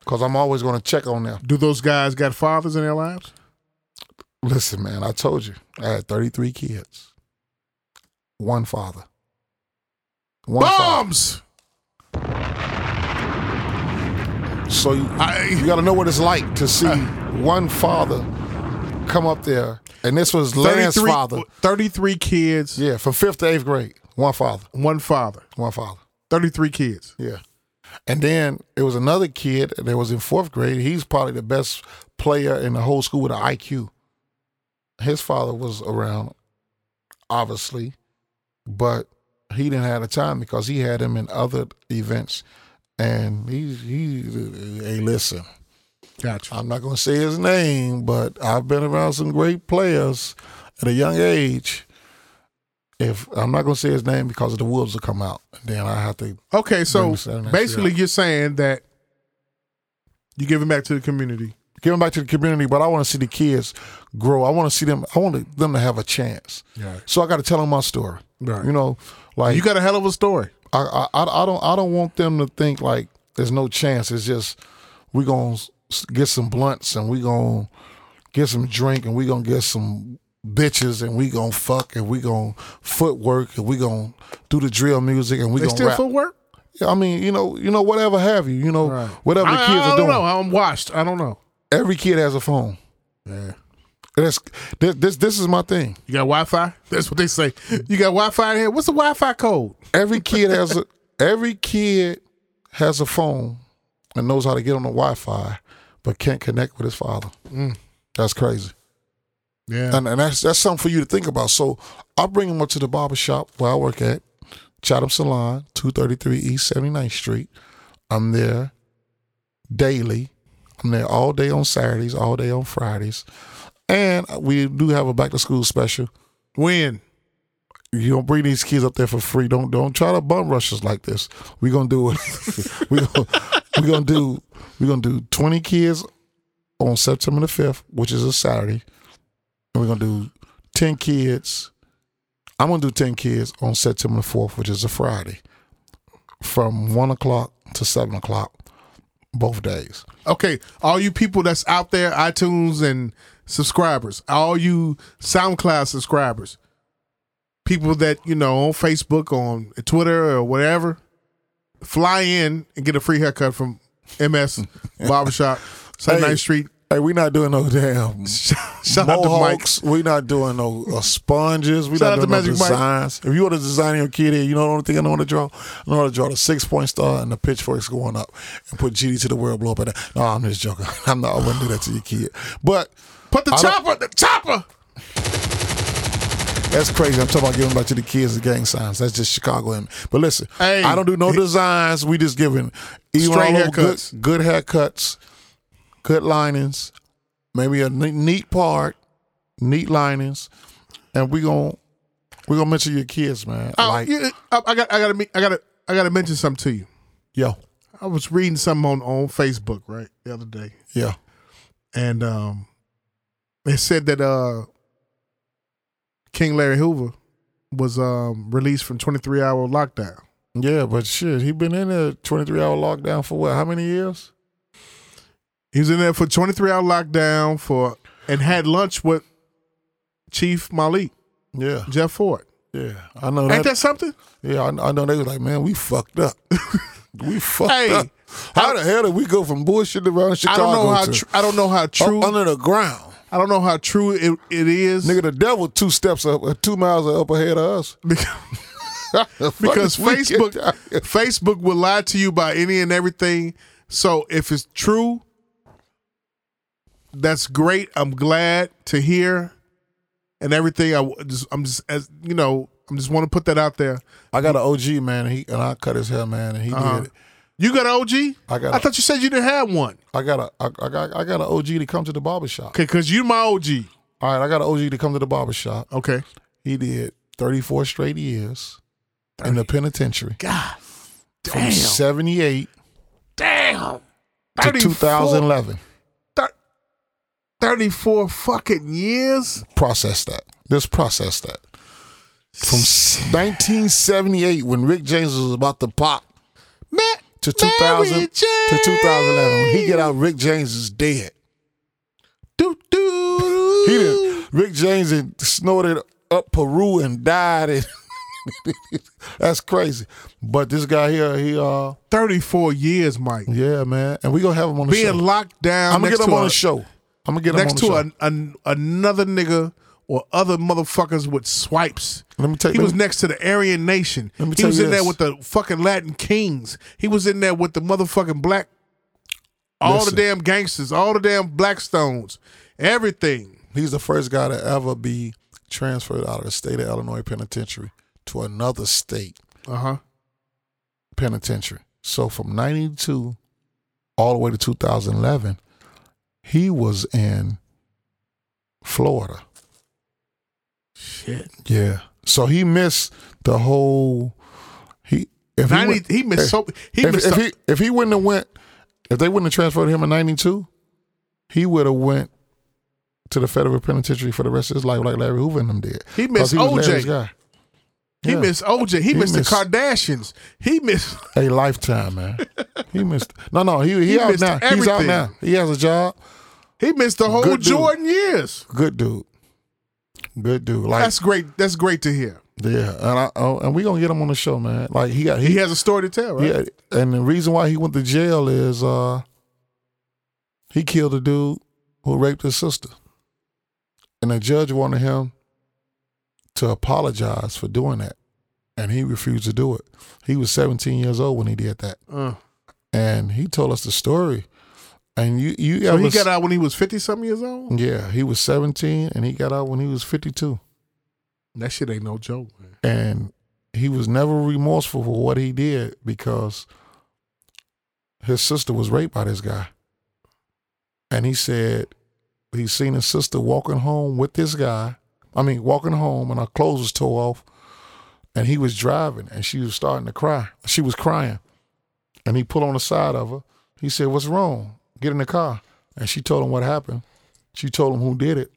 A: because I'm always going to check on them.
B: Do those guys got fathers in their lives?
A: Listen, man, I told you I had 33 kids, one father, one father.
B: Bombs.
A: So you,
B: I,
A: you got to know what it's like to see one father come up there, and this was Lance's
B: 33
A: father.
B: 33 kids,
A: Yeah, from fifth to eighth grade, one father,
B: one father.
A: one father.
B: 33 kids.
A: Yeah. And then it was another kid that was in fourth grade. He's probably the best player in the whole school with an IQ. His father was around, obviously, but he didn't have the time because he had him in other events. And he, he hey, listen,
B: Gotcha.
A: I'm not going to say his name, but I've been around some great players at a young age. If I'm not going to say his name because the wolves will come out, then I have to
B: Okay, so
A: Bring Saturday Night
B: basically
A: Fever.
B: you're saying that you give it back to the community.
A: give them back to the community, but I want to see the kids grow. I want to see them. I want them to have a chance.
B: Right.
A: So I got to tell them my story.
B: Right.
A: You know, like
B: You got a hell of a story.
A: I, I, I don't, I don't want them to think like there's no chance. It's just we gonna s- get some blunts and we gonna get some drink and we gonna get some bitches and we gonna fuck and we gonna footwork and we gonna do the drill music and we
B: They
A: gonna
B: still
A: rap.
B: footwork?
A: I mean, you know, you know, whatever have you, you know,
B: Right.
A: whatever the
B: I,
A: kids
B: I
A: are
B: don't
A: doing.
B: know. I'm washed. I don't know.
A: Every kid has a phone.
B: Yeah.
A: That's this, this. This is my thing.
B: You got Wi Fi? That's what they say. You got Wi Fi in here? What's the Wi Fi code?
A: Every kid has
B: *laughs*
A: a every kid has a phone and knows how to get on the Wi-Fi, but can't connect with his father. That's crazy,
B: Mm. Yeah.
A: and and that's that's something for you to think about. So I bring him up to the barber shop where I work at, Chatham Salon, two thirty three East 79th Street. I'm there daily. I'm there all day on Saturdays, all day on Fridays, and we do have a back to school special.
B: When?
A: you don't bring these kids up there for free. Don't don't try to bum rush us like this. We're gonna do it. *laughs* we gonna, we gonna do we're gonna do twenty kids on September the fifth, which is a Saturday. And we're gonna do ten kids. I'm gonna do ten kids on September the fourth, which is a Friday. From one o'clock to seven o'clock, both days.
B: Okay, all you people that's out there, iTunes and subscribers, all you SoundCloud subscribers, people that you know on Facebook, on Twitter, or whatever, fly in and get a free haircut from
A: *laughs*
B: MS Barbershop, Sunday
A: Hey.
B: Night Street. *laughs*
A: Hey, we're not doing no damn
B: Shout out to Mike.
A: Mohawks. We not doing no uh, sponges. We
B: Shout
A: not
B: out
A: doing
B: to
A: no
B: Magic Mike.
A: designs. If you want to design your kid, here, you know the only thing I know how to draw. I know how to draw the six point star and the pitchforks going up, and put GD to the world blow up. At that. No, I'm just joking. *laughs* I'm not. I wouldn't do that to your kid. But
B: Put the
A: I don't-
B: chopper, the chopper.
A: that's crazy. I'm talking about giving back to the kids the gang signs. That's just Chicago. And but listen,
B: Hey.
A: I don't do no designs. We just giving even
B: Straight
A: all over
B: haircuts.
A: good, good haircuts, good linings, maybe a neat, neat part, neat linings, and we gon' we gonna mention your kids, man.
B: Oh,
A: like
B: yeah, I, I got, I got to, I got to, I got to mention something to you.
A: yo,
B: I was reading something on on Facebook right the other day.
A: yeah,
B: and um, it said that uh, King Larry Hoover was um, released from 23 hour lockdown.
A: yeah. But shit, he been in a 23 hour lockdown for what? How many years?
B: He was in there for 23 hour lockdown for and had lunch with Chief Malik,
A: Yeah,
B: Jeff Ford.
A: yeah. I know
B: Ain't
A: that.
B: that something?
A: yeah, I, I know they was like, man, we fucked up. *laughs* we fucked
B: Hey,
A: up. How the hell did we go from bullshit around
B: I
A: Chicago
B: don't know how
A: to
B: tr- I don't know how true
A: up under the ground?
B: I don't know how true it, it is.
A: Nigga, the devil two steps up, uh, two miles up ahead of us.
B: *laughs* because
A: *laughs* Fuck we get
B: Facebook
A: down here.
B: Facebook will lie to you about any and everything. So if it's true, that's great. I'm glad to hear and everything. I w- just, I'm just as you know, I'm just want to put that out there. Uh-huh.
A: I got an OG man, and he and I cut his hair, man, and he did it.
B: You got an OG?
A: I got
B: I
A: a-
B: thought you said you didn't have one.
A: I got a I, I got I got an OG to come to the barber shop.
B: Okay, cause you my OG.
A: All right, I got an OG to come to the barber shop.
B: Okay.
A: He did 34 straight years in the penitentiary. God. From 78
B: Damn.
A: to 2011.
B: 34 fucking years?
A: Process that. Let's process that. From 1978, when Rick James was about to pop,
B: Man,
A: to
B: Mary
A: 2000 to
B: Jane.
A: 2011. When he get out, Rick James is dead.
B: do, do, do.
A: He did. Rick James had snorted up Peru and died. And *laughs* that's crazy. But this guy here, he uh,
B: 34 years, Mike.
A: yeah, man, and we gonna have him on the
B: Being
A: show.
B: locked down.
A: I'm gonna
B: next
A: get him
B: to
A: on
B: a-
A: the show. I'm gonna get him on
B: next
A: the
B: to
A: show.
B: an, an, another nigga or other motherfuckers with swipes.
A: Let me tell-
B: He
A: let
B: was
A: me-
B: next to the Aryan Nation.
A: Let me
B: he
A: tell
B: was
A: you
B: in there
A: this.
B: with the fucking Latin Kings. He was in there with the motherfucking black, all
A: Listen.
B: the damn gangsters, all the damn Blackstones, everything.
A: He's the first guy to ever be transferred out of the state of Illinois penitentiary to another state
B: Uh huh.
A: penitentiary. So from 92 all the way to 2011, he was in Florida.
B: Shit.
A: Yeah. So he missed the whole. He if he,
B: Ninety.
A: went-
B: He missed so. He
A: if,
B: missed.
A: if
B: a-
A: he if he wouldn't have went, if they wouldn't have transferred him in '92, he would have went to the federal penitentiary for the rest of his life, like Larry Hoover and them did.
B: He
A: 'Cause
B: missed
A: was
B: O.J..
A: Larry's guy.
B: He
A: Yeah.
B: missed OJ. He,
A: He
B: missed,
A: missed-
B: the Kardashians. He missed. *laughs*
A: a lifetime, man. he missed. No, no, he he,
B: He
A: out
B: missed
A: now. He's out
B: everything.
A: now. He has a job.
B: He missed the whole
A: Good dude.
B: Jordan years.
A: Good dude. Good dude. Like
B: That's great. That's great to hear.
A: yeah, and I oh, and we gonna get him on the show, man. Like he got
B: He has a story to tell, right?
A: Yeah, and the reason why he went to jail is uh he killed a dude who raped his sister. And the judge wanted him to apologize for doing that. And he refused to do it. He was 17 years old when he did that.
B: Uh.
A: And he told us the story. And you you
B: So
A: ever
B: he
A: s-
B: got out when he was fifty something years old.
A: Yeah, he was 17 and he got out when he was 52.
B: That shit ain't no joke. Man.
A: and he was never remorseful for what he did because his sister was raped by this guy. And he said he seen his sister walking home with this guy. I mean, walking home and her clothes was tore off. And he was driving and she was starting to cry. She was crying. And he pulled on the side of her. He said, What's wrong? Get in the car. And she told him what happened. She told him who did it.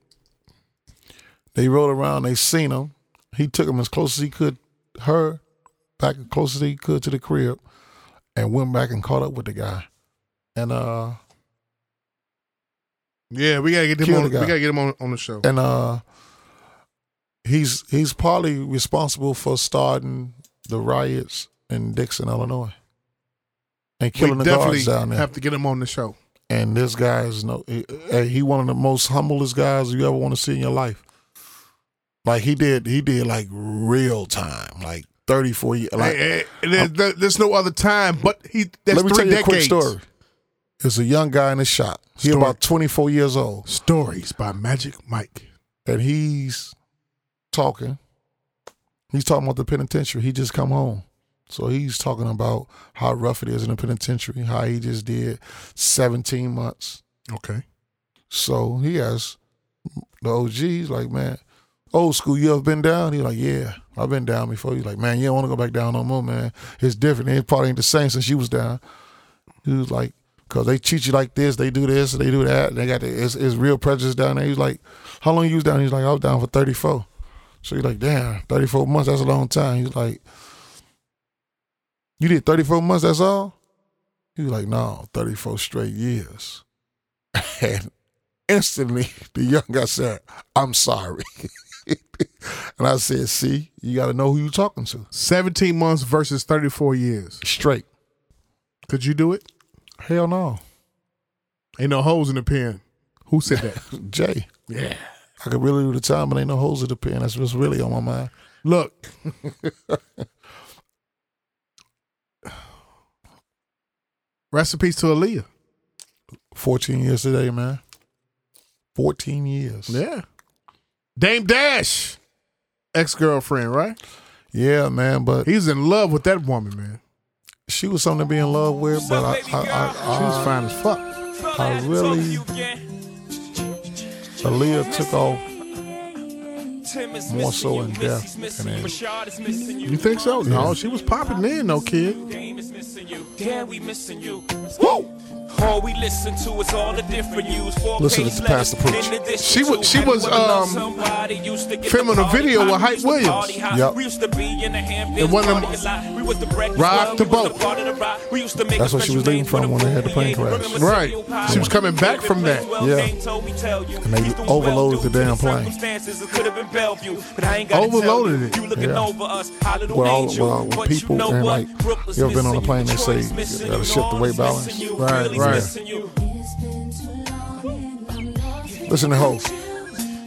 A: They rode around, they seen him. He took him as close as he could, her back as close as he could to the crib, and went back and caught up with the guy. And uh
B: Yeah, we gotta get him
A: Kill
B: on.
A: the
B: We
A: guy.
B: gotta get him on, on the show.
A: and uh he's he's probably responsible for starting the riots in Dixon, Illinois. And killing
B: we
A: the
B: definitely
A: guards down there.
B: have to get him on the show.
A: and this guy is no he, hey, he one of the most humblest guys you ever want to see in your life like he did he did like real time like 34 years like
B: Hey, hey, there's, there- there's no other time, but he. That's
A: let me
B: three
A: tell you
B: decades.
A: a quick story it's a young guy in the shop he
B: Story.
A: about 24 years old
B: Stories by Magic Mike.
A: and he's talking he's talking about the penitentiary he just come home so he's talking about how rough it is in the penitentiary how he just did 17 months
B: Okay.
A: So he asked the OGs, like, man, old school, you ever been down? He's like, yeah, I've been down before. He's like, man, you don't want to go back down no more, man. It's different. It probably ain't the same since you was down. He was like, because they treat you like this, they do this, they do that. They got the, it's, it's real prejudice down there. He was like, how long you was down? He's like, I was down for 34. So he's like, damn, 34 months, that's a long time. He's like, you did 34 months, that's all? He was like, no, 34 straight years. *laughs* And instantly, *laughs* the young guy said, I'm sorry. *laughs* and I said, See, you got to know who you're talking to.
B: 17 months versus 34 years.
A: Straight.
B: Could you do it?
A: Hell no.
B: Ain't no holes in the pen. Who said
A: *laughs*
B: that?
A: Jay,
B: yeah.
A: I could really do the time, but ain't no holes in the pen. That's what's really on my mind. *laughs*
B: Look, recipes to Aaliyah.
A: 14 years today, man. 14 years.
B: Yeah. Dame Dash, ex girlfriend, right?
A: Yeah, man, but
B: He's in love with that woman, man.
A: she was something to be in love with, but I, I,
B: She was
A: I,
B: fine as fuck.
A: I, I really. Aaliyah took off more so in death. And then
B: You think so? No, she was popping in, no kid.
H: Game is missing you. Damn, we missing you.
A: Whoa!
H: All we listen to is all the different news. Four
A: Listen
H: page
A: to the past
H: letters
A: approach.
H: in
B: She
H: addition
B: was-
H: to
B: she was,
H: everyone knows
B: um,
H: somebody used to get
B: filming
H: the
B: a
H: party
B: video with
H: hot. We
B: Hype
H: used to
B: Williams.
H: party hot.
A: Yep.
H: We used to be in the Hamptons
B: And one of them-
H: party lot. We was the breakfast
B: Rock
H: club,
B: the
H: we was
B: boat.
H: party to rock. We used to make
A: That's
H: a
A: what she was
H: special
A: leaving
H: day
A: from
H: for the
A: when they had the
H: food
A: plane
H: we ate.
A: crash.
H: Remember
B: Right.
H: cereal pie?
B: She was coming back from that.
H: Well,
A: Yeah.
H: Dame told me tell you.
A: And they
H: He's doing
A: overloaded the
H: well due to
A: damn plane.
H: circumstances. It could have been Bellevue, but I ain't gotta tell you.
B: Overloaded it.
H: You looking
A: Yeah.
H: over us, our little
A: Well, all-
H: angel.
A: well, when
H: But you
A: people
H: know
A: and,
H: what?
A: like,
H: Brooklyn's
A: you ever been on a
H: missing
A: plane, they say,
H: Detroit's missing
A: gotta shift the
H: New
A: weight
H: Orleans
A: balance.
H: missing you,
B: Right,
H: Philly's
B: right.
H: missing you.
A: Listen to Ho.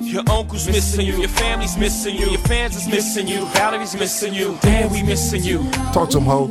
H: Your uncle's missing you, your family's missing you, your fans is missing you, Valerie's missing you, damn we missing you.
A: Talk to him, Ho.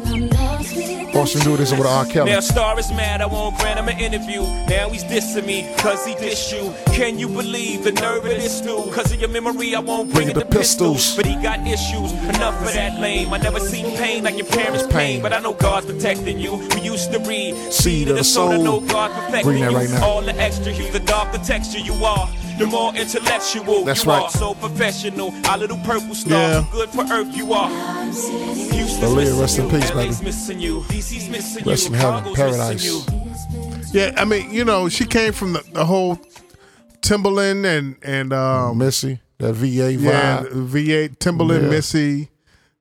A: Watch him do this with R. Kelly.
H: Now Star is mad, I won't grant him an interview. Now he's dissing me, cause he dissed you. Can you believe the nerve of this dude? Cause of your memory, I won't bring,
A: Bring
H: it
A: the
H: to pistols.
A: pistols.
H: But he got issues, enough of that lame. I never seen pain like your parents' pain.
A: pain.
H: But I know God's protecting you. We used to read
A: Seed of the
H: I
A: soul.
H: know God perfecting
A: Bring that
H: you.
A: right now.
H: All the extra hues, the dark the texture you are. The more intellectual
A: That's
H: you
A: right.
H: are, so professional. Our little purple star,
B: Yeah.
H: good for earth you are. Houston's
A: Aaliyah,
H: missing
A: rest in
H: you,
A: peace,
H: LA's
A: baby.
H: missing you. DC's missing
A: Rest
H: you.
A: in heaven,
H: Chicago's missing
A: paradise.
H: you.
B: Yeah, I mean, you know, she came from the, the whole Timberland and and um
A: Missy, that VA vibe.
B: yeah, V8 Timberland,
A: Yeah.
B: Missy.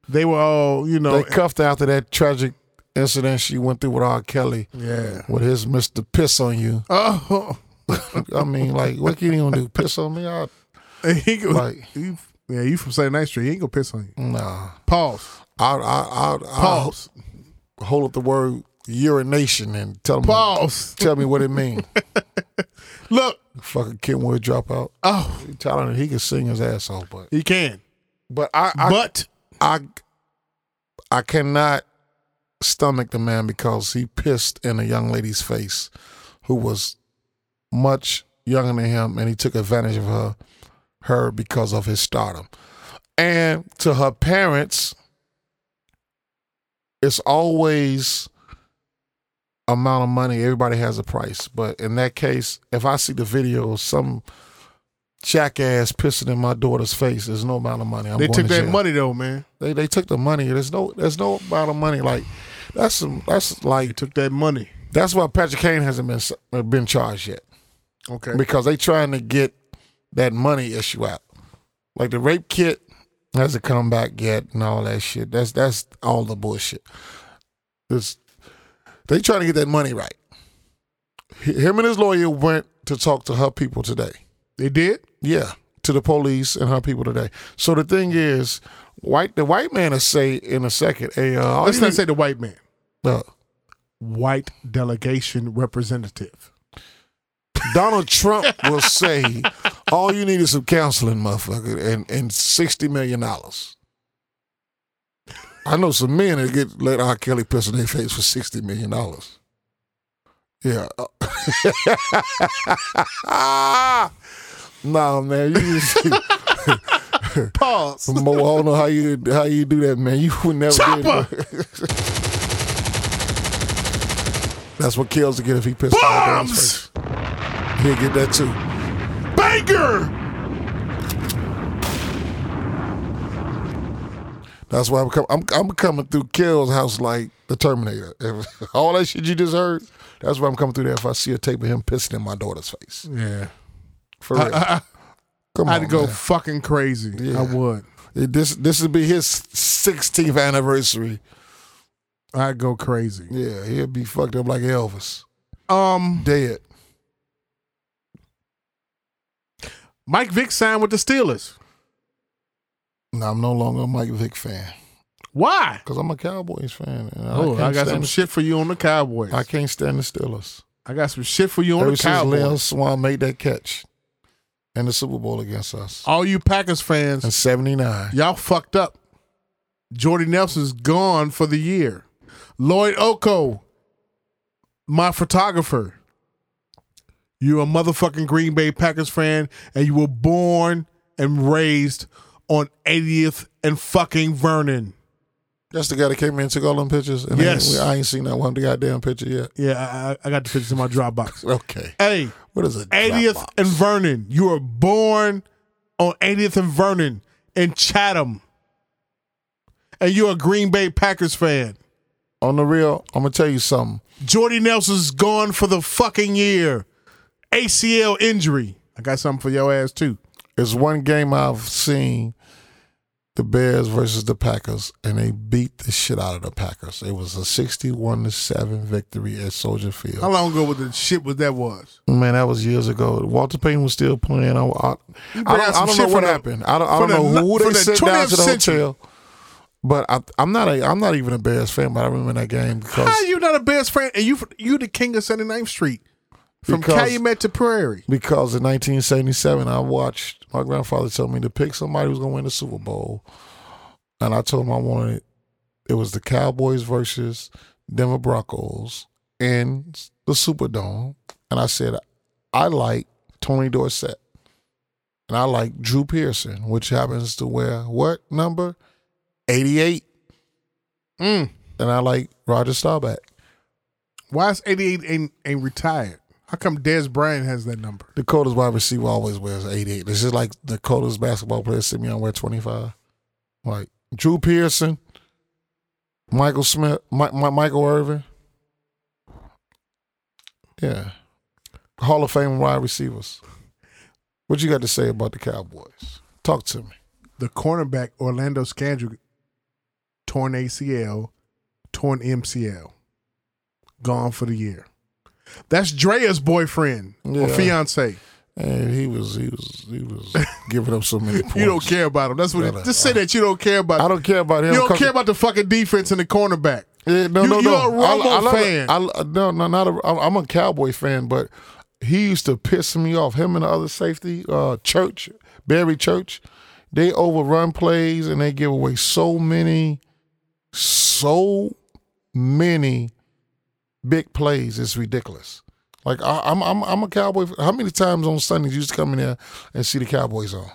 B: They were all, you know,
A: They cuffed her after that tragic incident she went through with R. Kelly.
B: Yeah.
A: With his Mr. Piss on you.
B: oh, *laughs*
A: I mean, like, what can you do? Piss on me? I,
B: he go,
A: Like-
B: you, yeah, you from St. Night Street. He ain't gonna piss on you.
A: nah.
B: Pause.
A: I, I, I, I
B: Pause.
A: hold up the word urination and tell them,
B: Pause.
A: tell me what it means.
B: Look.
A: *laughs* Fucking Kenwood dropout.
B: Oh,
A: He talented. He can sing his ass off, but
B: he can.
A: but I I,
B: but
A: I I cannot stomach the man because he pissed in a young lady's face who was much younger than him, and he took advantage of her her because of his stardom. And to her parents, it's always amount of money. Everybody has a price. But in that case, if I see the video of some jackass pissing in my daughter's face, there's no amount of money. I'm
B: they
A: going
B: took
A: to
B: that
A: jail.
B: money though, man.
A: They they took the money. There's no there's no amount of money. Like that's some that's
B: They
A: like
B: took that money.
A: that's why Patrick Kane hasn't been been charged yet
B: Okay.
A: because they trying to get that money issue out. Like the rape kit hasn't come back yet and all that shit. That's that's all the bullshit. This they trying to get that money right. H- Him and his lawyer went to talk to her people today.
B: They did.
A: Yeah, to the police and her people today. So the thing is, white the white man will say in a second, hey, uh, all
B: Let's
A: you
B: not
A: need-
B: say the white man.
A: uh,
B: White delegation representative.
A: Donald Trump will say, all you need is some counseling, motherfucker, and and sixty million dollars. I know some men that get let R. Kelly piss in their face for sixty million dollars. Yeah. *laughs* nah, man, you just *laughs*
B: Pause.
A: Mo, I don't know how you how you do that, man. You would never. do
B: Chopper!
A: That's what kills to get if he pissed on the
B: Bombs!
A: first. He'll get that too.
B: Banger.
A: That's why I'm coming. I'm, I'm coming through Kill's house like the Terminator. If- *laughs* all that shit you just heard. That's why I'm coming through there if I see a tape of him pissing in my daughter's face.
B: Yeah.
A: For
B: *laughs*
A: real. Come on,
B: I'd go
A: man.
B: fucking crazy.
A: Yeah.
B: I would.
A: This this would be his 16th anniversary.
B: I'd go crazy.
A: Yeah, he'll be fucked up like Elvis,
B: Um,
A: dead.
B: Mike Vick signed with the Steelers.
A: No, I'm no longer a Mike Vick fan.
B: Why?
A: Because I'm a Cowboys fan. And
B: Oh, I,
A: can't
B: got
A: stand
B: some
A: the-
B: shit for you on the Cowboys.
A: I can't stand the Steelers.
B: I got some shit for you on
A: Ever
B: the
A: since Lynn
B: Cowboys.
A: Swan made that catch in the Super Bowl against us
B: All you Packers
A: in
B: fans,
A: '79,
B: y'all fucked up. Jordy Nelson's gone for the year. Lloyd Oko, my photographer. You're a motherfucking Green Bay Packers fan, and you were born and raised on 80th and fucking Vernon.
A: that's the guy that came in and took all them pictures. And I ain't-
B: Yes.
A: I ain't seen that one goddamn picture yet.
B: Yeah, I, I- I got the pictures in my Dropbox.
A: *laughs* Okay,
B: hey,
A: what is it?
B: 80th and Vernon. You were born on 80th and Vernon in Chatham. And you're a Green Bay Packers fan.
A: on the real, I'm gonna tell you something.
B: Jordy Nelson's gone for the fucking year. ACL injury. I got something for your ass too.
A: It's one game I've seen the Bears versus the Packers, and they beat the shit out of the Packers. It was a 61 to 7 victory at Soldier Field.
B: How long ago was the shit was that was?
A: Man, that was years ago. Walter Payton was still playing. I, I, I
B: brought
A: don't,
B: out some
A: I don't know
B: shit
A: what
B: from the-
A: happened. I don't, I
B: from
A: don't know
B: the-
A: who
B: from
A: they
B: the
A: sent down to
B: 20th
A: the
B: century.
A: hotel. But I, I'm not a, I'm not even a Bears fan. But I remember that game because
B: How you not a best friend and you you the king of 79th Street. From
A: Because-
B: Calumet to Prairie.
A: because in 1977 I watched my grandfather tell me to pick somebody who's gonna win the Super Bowl, and I told him I wanted it was the Cowboys versus Denver Broncos in the Superdome, and I said I like Tony Dorsett, and I like Drew Pearson, which happens to wear what number? 88,
B: Mm.
A: and I like Roger Staubach.
B: Why is 88 ain't, ain't retired? How come Des Bryant has that number?
A: Dakota's wide receiver always wears 88. This is like Dakota's basketball player Simeon wear 25. Like Drew Pearson, Michael Smith, Mi- Mi- Michael Irvin. Yeah. Hall of Fame wide receivers. What you got to say about the Cowboys? Talk to me.
B: the cornerback Orlando Scandrick torn ACL, torn MCL, gone for the year. That's Drea's boyfriend or
A: Yeah.
B: fiance.
A: And he was he was he
B: *laughs*
A: was giving up so many points.
B: You don't care about him. That's what.
A: Brother,
B: It, just say that you don't care about.
A: I don't care about him.
B: you don't
A: because-
B: care about the fucking defense and the cornerback.
A: Yeah, Eh, no,
B: You-
A: no,
B: you're
A: no.
B: a Romo
A: I, I love-
B: fan.
A: I, no, no, not a. I'm- I'm a Cowboy fan, but he used to piss me off. Him and the other safety, uh, Church, Barry Church, they overrun plays and they give away so many, so many big plays. It's ridiculous. Like I, I'm, I'm, I'm a Cowboy. fan. How many times on Sundays you used to come in there and see the Cowboys on?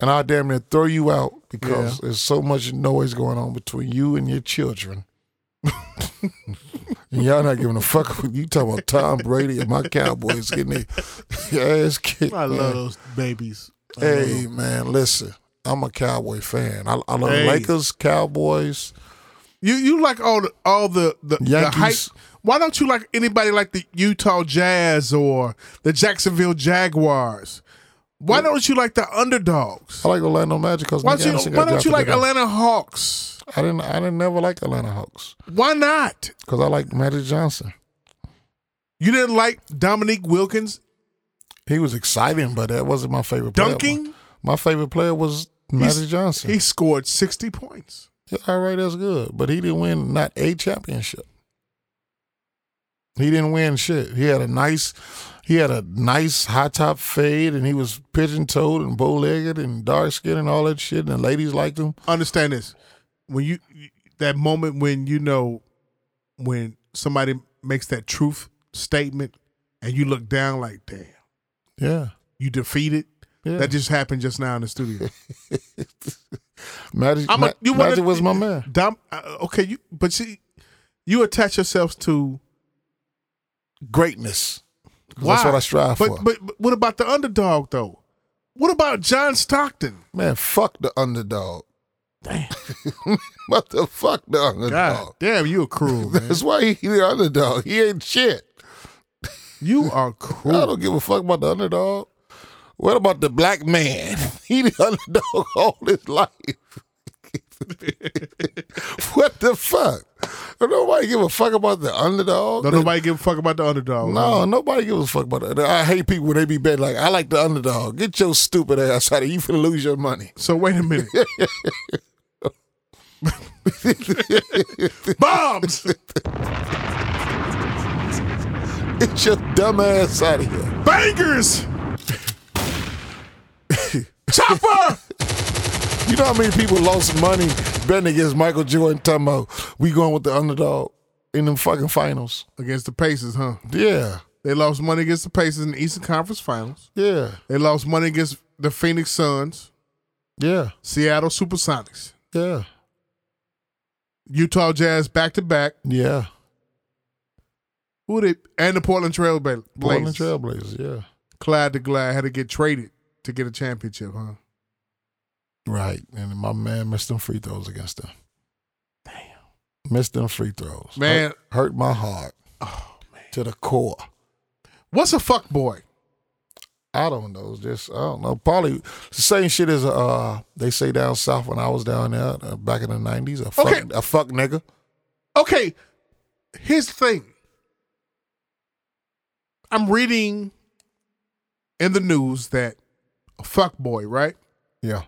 A: And I damn near throw you out because there's so much noise going on between you and your children. And y'all not giving a fuck. When you talking about Tom Brady and my Cowboys getting their *laughs* ass kicked.
B: I
A: man.
B: love those babies.
A: Hey man, listen, I'm a Cowboy fan. I, I love
B: Hey.
A: Lakers, Cowboys.
B: You you like all the all the the, the
A: Yankees.
B: hype. Why don't you like anybody like the Utah Jazz or the Jacksonville Jaguars? Why don't you like the underdogs?
A: I like Orlando Magic because
B: Why don't you, why don't you like Atlanta Hawks?
A: I didn't. I didn't never like Atlanta Hawks
B: Why not?
A: because I like Magic Johnson.
B: You didn't like Dominique Wilkins
A: He was exciting, but that wasn't my favorite. player.
B: dunking?
A: My favorite player was
B: He's-
A: Magic Johnson.
B: He scored 60 points.
A: Yeah, all right, that's good. But he didn't win not a championship. He didn't win shit. He had a nice, he had a nice high top fade, and he was pigeon toed and bow legged and dark skinned and all that shit. And the ladies liked him.
B: Understand this. When you that moment when you know when somebody makes that truth statement and you look down like, damn,
A: Yeah,
B: you defeated.
A: yeah.
B: That just happened just now in
A: *laughs*
B: the studio.
A: Magic,
B: I'm a-
A: Ma-
B: you wanna-
A: Magic was my man.
B: Dom, uh, okay, you but see, you attach yourselves to
A: Greatness. 'Cause That's what I strive
B: but,
A: for.
B: But, but what about the underdog though? What about John Stockton?
A: man, fuck the underdog. *laughs* Damn. Motherfuck the underdog.
B: God damn, you are cruel, man.
A: That's why he the underdog. He ain't shit.
B: you
A: *laughs*
B: are
A: I
B: cruel.
A: don't give a fuck about the underdog. *laughs* What about the black man? He the underdog all his life. *laughs* what the fuck? Don't nobody give a fuck about the underdog.
B: Don't nobody give a fuck about the underdog.
A: No, nobody gives a fuck about that. I hate people when they be betting like, I like the underdog. Get your stupid ass out of here. You finna lose your money.
B: So wait
A: *laughs*
B: a minute. Bombs!
A: *laughs* Get your dumb ass out of here.
B: Bangers! Chopper!
A: You know how many people lost money betting against Michael Jordan talking about we going with the underdog in them fucking finals?
B: Against the Pacers, huh?
A: Yeah.
B: They lost money against the Pacers in the Eastern Conference Finals.
A: Yeah.
B: They lost money against the Phoenix Suns,
A: Yeah.
B: Seattle Supersonics,
A: Yeah.
B: Utah Jazz back to back.
A: Yeah.
B: Who they and the Portland Trail Bla-
A: Portland
B: Blazers.
A: Trailblazers, yeah.
B: Clyde to Glide had to get traded to get a championship, huh?
A: Right. And my man missed them free throws against them. Damn. Missed them free throws.
B: Man.
A: Hurt, hurt my heart. To the core.
B: What's a fuck boy?
A: I don't know. Just I don't know. Probably the same shit as uh they say down south when I was down there uh, back in the nineties. A fuck,
B: Okay.
A: a fuck nigga.
B: Okay, here's the thing. I'm reading in the news that a fuck boy, right?
A: Yeah.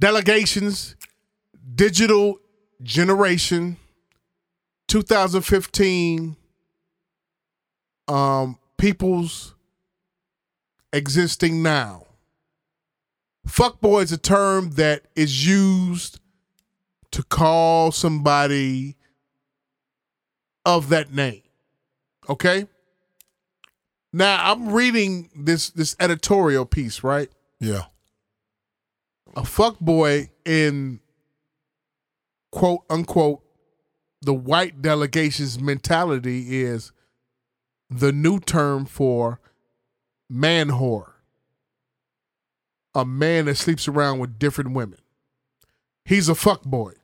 B: Delegations, Digital Generation, 2015, um, People's Existing Now. Fuckboy is a term that is used to call somebody of that name. Okay? Now I'm reading this this editorial piece, right?
A: Yeah.
B: a fuckboy in quote unquote the white delegation's mentality is the new term for man whore. A man that sleeps around with different women. He's a fuckboy.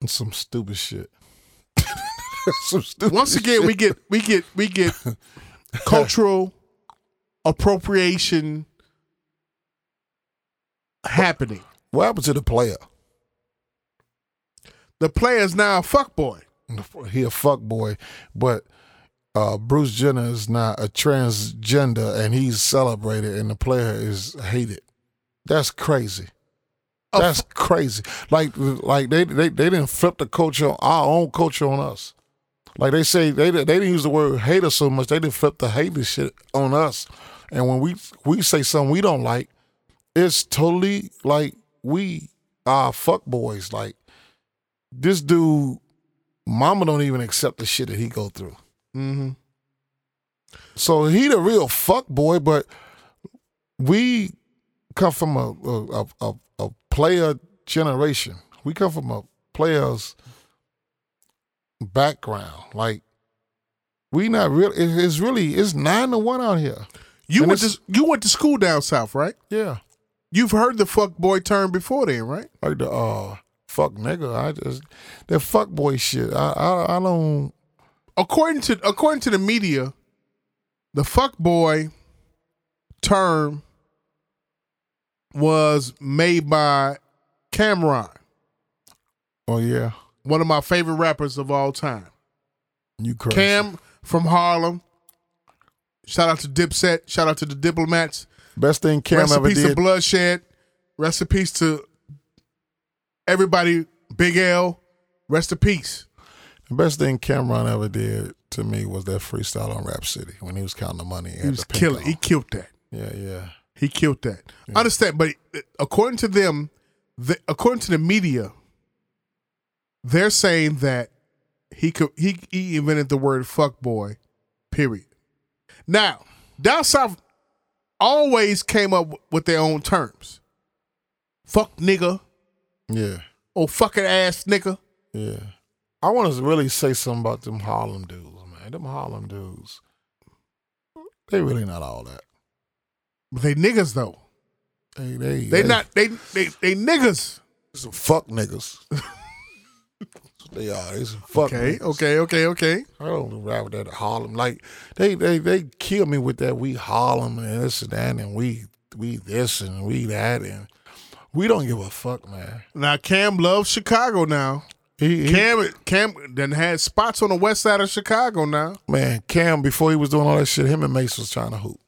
A: And some stupid shit. *laughs* some stupid
B: Once again, we get we get we get cultural appropriation happening.
A: what happened to the player?
B: The player's now a fuckboy.
A: He a fuck boy, but uh, Bruce Jenner is not a transgender and he's celebrated and the player is hated. That's crazy.
B: A
A: That's crazy. Like like they they they didn't flip the culture our own culture on us. Like they say they they didn't use the word hater so much. They didn't flip the hater shit on us. And when we we say something we don't like, it's totally like we are fuck boys. Like this dude, mama don't even accept the shit that he go through.
B: Mm-hmm.
A: So he the real fuck boy, but we come from a a, a, a- a player generation. We come from a player's background. Like we not real. It, it's really it's nine to one out here.
B: You
A: And
B: went
A: it's-
B: to you went to school down south, right?
A: Yeah,
B: You've heard the fuck boy term before then, right?
A: like the uh fuck nigga. I just that fuck boy shit. I I, I don't.
B: According to according to the media, the fuck boy term was made by Cameron,
A: Oh yeah,
B: one of my favorite rappers of all time.
A: you crazy.
B: Cam from Harlem. Shout out to Dipset. Shout out to the Diplomats.
A: Best thing Cam
B: Rest in
A: ever
B: peace to
A: did.
B: bloodshed. Rest in peace to everybody. Big L. Rest in peace.
A: The best thing Cameron ever did to me was that freestyle on Rap City when he was counting the money.
B: He was killing. He killed that.
A: Yeah, yeah.
B: He killed that. Understand? But uh, according to them, the, according to the media, they're saying that he could he, he invented the word fuck boy. Period. Now, down south always came up with their own terms. Fuck nigga
A: Yeah,
B: or fucking ass nigga.
A: yeah. I want to really say something about them Harlem dudes, man. Them Harlem dudes. They really not all that.
B: But they niggas though.
A: They they
B: They not they they they niggas.
A: some fuck
B: *laughs*
A: niggas. they are. They some fuck.
B: Okay,
A: niggas.
B: okay, okay, okay.
A: I don't ride with that Harlem. Like they they they kill me with that we Harlem and this and that and we we this and we that and we don't give a fuck, man.
B: Now Cam loves Chicago now. Cam Cam then had spots on the west side of Chicago now.
A: Man, Cam before he was doing all that shit, him and Mace was trying to hoop.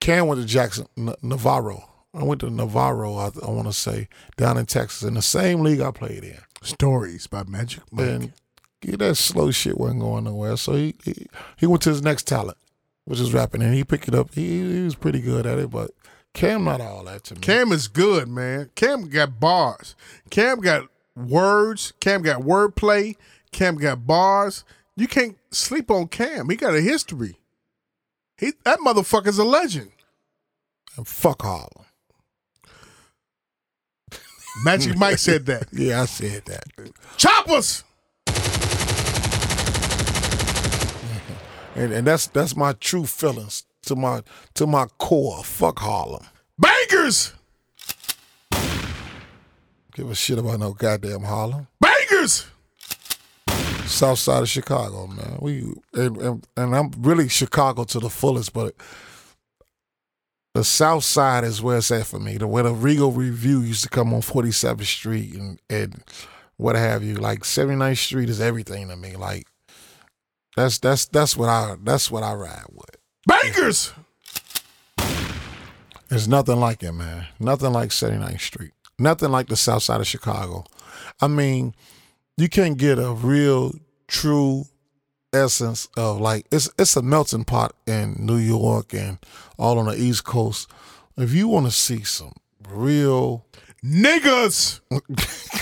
A: Cam went to Jackson N- Navarro. I went to Navarro, I, I want to say, down in Texas, in the same league I played in.
B: Stories by Magic Mike.
A: And yeah, that slow shit wasn't going nowhere. So he, he he went to his next talent, which is rapping, and he picked it up. He, he was pretty good at it, but Cam not all that to me.
B: Cam is good, man. Cam got bars. Cam got words. Cam got wordplay. Cam got bars. You can't sleep on Cam. He got a history. He that motherfucker's a legend.
A: And fuck all. *laughs*
B: Magic Mike said that.
A: *laughs* Yeah, I said that.
B: *laughs* Choppers.
A: And and that's that's my true feelings to my to my core. Fuck Harlem.
B: Bangers.
A: Give a shit about no goddamn Harlem.
B: Bangers.
A: South side of Chicago, man. We and, and and I'm really Chicago to the fullest, but the South Side is where it's at for me. The where the Regal Review used to come on 47th Street and and what have you. Like 79th Street is everything to me. Like that's that's that's what I that's what I ride with.
B: Bangers.
A: There's nothing like it, man. Nothing like 79th Street. Nothing like the South Side of Chicago. I mean, you can't get a real true essence of like it's it's a melting pot in New York and all on the East Coast. If you want to see some real
B: Niggas.
A: *laughs*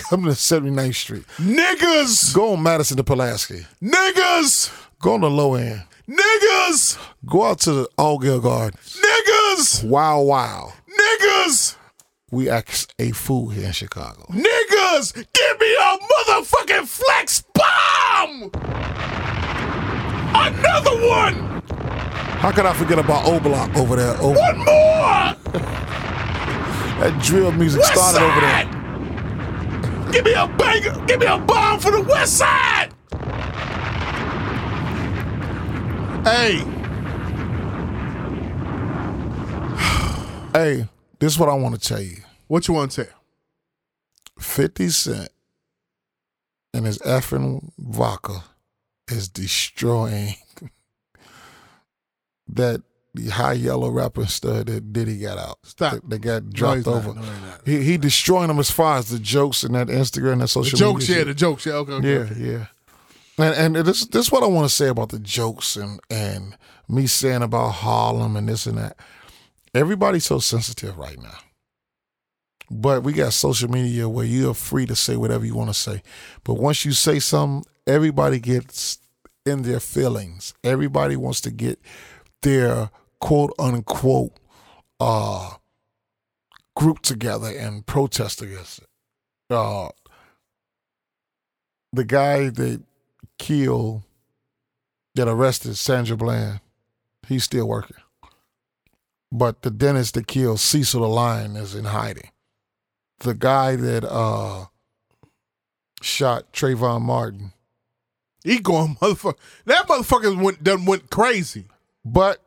A: come to 79th Street.
B: Niggas.
A: Go on Madison to Pulaski.
B: Niggas.
A: Go on the low end.
B: Niggas.
A: Go out to the Allgill Gardens.
B: Niggas.
A: Wow, wow.
B: Niggas.
A: We act a fool here in Chicago.
B: Niggas. Give me a motherfucking flex bomb. Another one.
A: How could I forget about O Block over there? Oh,
B: One more.
A: *laughs* that drill music
B: West
A: started over there.
B: side. Give me a banger. Give me a bomb for the west side. Hey.
A: *sighs* Hey, this is what I want to tell you.
B: What you want to tell?
A: 50 Cent and his effing vodka is destroying *laughs* that the high yellow rapper stud that Diddy got out.
B: Stop.
A: That, that got
B: No,
A: dropped
B: he's not.
A: over.
B: No, he's not.
A: he, he destroying them as far as the jokes and that Instagram and that social
B: Jokes, yeah,
A: media.
B: the jokes, yeah, okay, okay.
A: yeah,
B: okay.
A: yeah. And and this this is what I want to say about the jokes and and me saying about Harlem and this and that. Everybody's so sensitive right now. But we got social media where you're free to say whatever you want to say. But once you say something, everybody gets in their feelings. Everybody wants to get their quote unquote uh group together and protest against it. Uh the guy that killed, that arrested Sandra Bland, he's still working. But the dentist that killed Cecil the Lion is in hiding. The guy that uh, shot Trayvon Martin,
B: He going motherfucker. That motherfucker went done went crazy.
A: but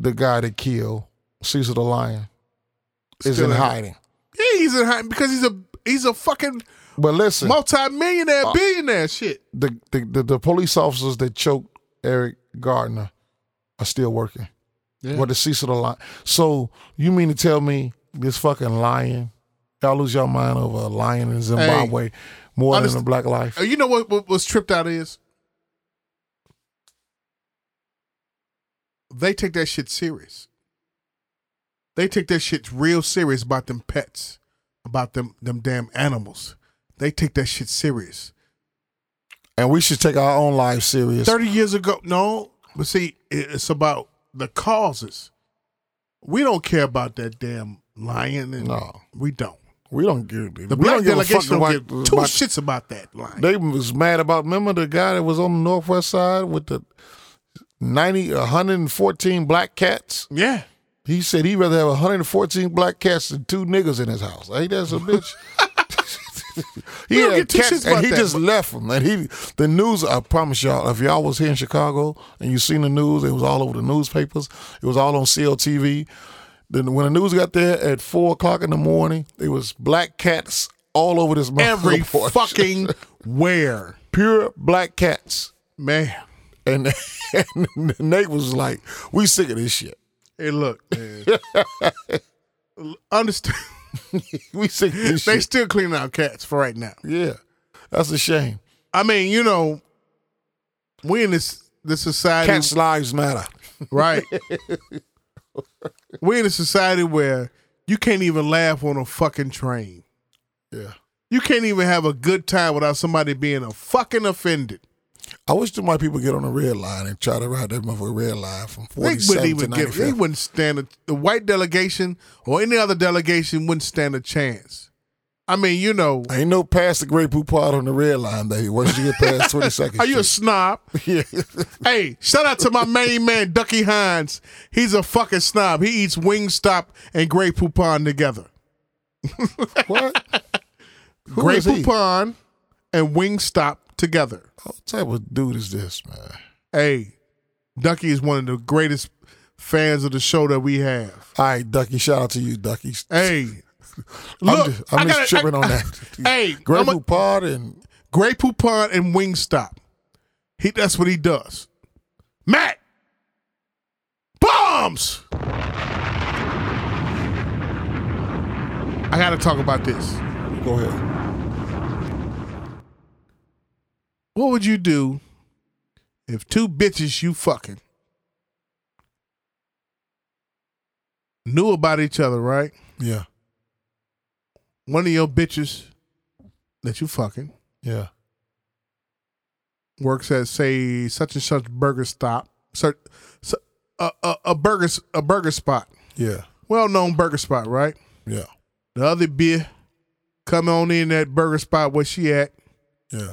A: the guy that killed Cecil the Lion is
B: Still
A: in
B: in-
A: hiding.
B: Yeah, he's in hiding because he's a he's a fucking
A: But listen,
B: *laughs* multi-millionaire,
A: Uh,
B: billionaire shit.
A: the, the, the, the police officers that choked Eric Gardner are still working.
B: Yeah.
A: What the Cecil the lion? So you mean to tell me this fucking lion? Y'all lose your mind over a lion in Zimbabwe more than
B: understand-
A: a black life?
B: Uh, You know what, what what's tripped out is? They take that shit serious. They take that shit real serious about them pets, about them them damn animals. They take that shit serious.
A: And we should take our own lives serious.
B: 30 years ago no but see it- it's about the causes we don't care about that damn lion and
A: No.
B: we don't
A: we don't give
B: the
A: we
B: black
A: don't give a
B: delegation
A: fuck
B: don't
A: about-
B: give two
A: about-
B: shits about that lion
A: They was mad about. Remember the guy that was on the northwest side with the 90, 114 black cats.
B: yeah
A: He said he'd rather have 114 black cats than two niggas in his house. Ain't that some bitch? he
B: *laughs* We don't
A: had
B: get two shits
A: cats
B: about
A: and he
B: that,
A: just
B: but-
A: left them. And he, the news. I promise y'all, if y'all was here in Chicago and you seen the news, it was all over the newspapers. It was all on CLTV. Then when the news got there at four o'clock in the morning, it was black cats all over this motherfucker *laughs*
B: Every
A: porch.
B: fucking where.
A: pure black cats.
B: Man.
A: And, *laughs* and Nate was like, "We sick of this shit. *laughs*
B: Hey, look, man. Understand.
A: *laughs* we sick of this
B: *laughs* They
A: shit.
B: still cleaning out cats for right now.
A: Yeah, that's a shame.
B: I mean, you know, we in this this society,
A: Cats' lives matter.
B: right? we in a society where you can't even laugh on a fucking train.
A: Yeah.
B: You can't even have a good time without somebody being a fucking offended.
A: *laughs* I wish the white people get on the red line and try to ride that motherfucker red line from
B: They wouldn't
A: 47 to
B: even give.
A: 95.
B: They wouldn't stand a, the white delegation or any other delegation wouldn't stand a chance. I mean, you know,
A: Ain't no past the Great Poupard on the red line, baby. Once you get past 22nd
B: *laughs* are you a
A: Street. *laughs*
B: snob?
A: yeah.
B: Hey, shout out to my main man Ducky Hines. He's a fucking snob. He eats Wingstop and Grey Poupon together.
A: What? Who
B: Grey
A: is he?
B: Poupon and Wingstop together.
A: What type of dude is this, man?
B: Hey, Ducky is one of the greatest fans of the show that we have.
A: All right, Ducky. Shout out to you, Ducky.
B: Hey,
A: I'm
B: look,
A: just, I'm
B: I
A: just
B: gotta-
A: tripping
B: I- *laughs*
A: on that.
B: Hey,
A: *laughs* Great
B: I'm a-
A: Poupard and
B: Grey Poupon and Wingstop. He that's what he does. Matt, bombs. I gotta talk about this.
A: go ahead.
B: What would you do if two bitches you fucking knew about each other, right?
A: Yeah,
B: One of your bitches that you fucking
A: yeah.
B: works at say such and such burger stop, such su- a, a, a burger s- a burger spot,
A: Yeah,
B: well known burger spot, right?
A: yeah,
B: The other bitch come on in that burger spot where she at,
A: yeah.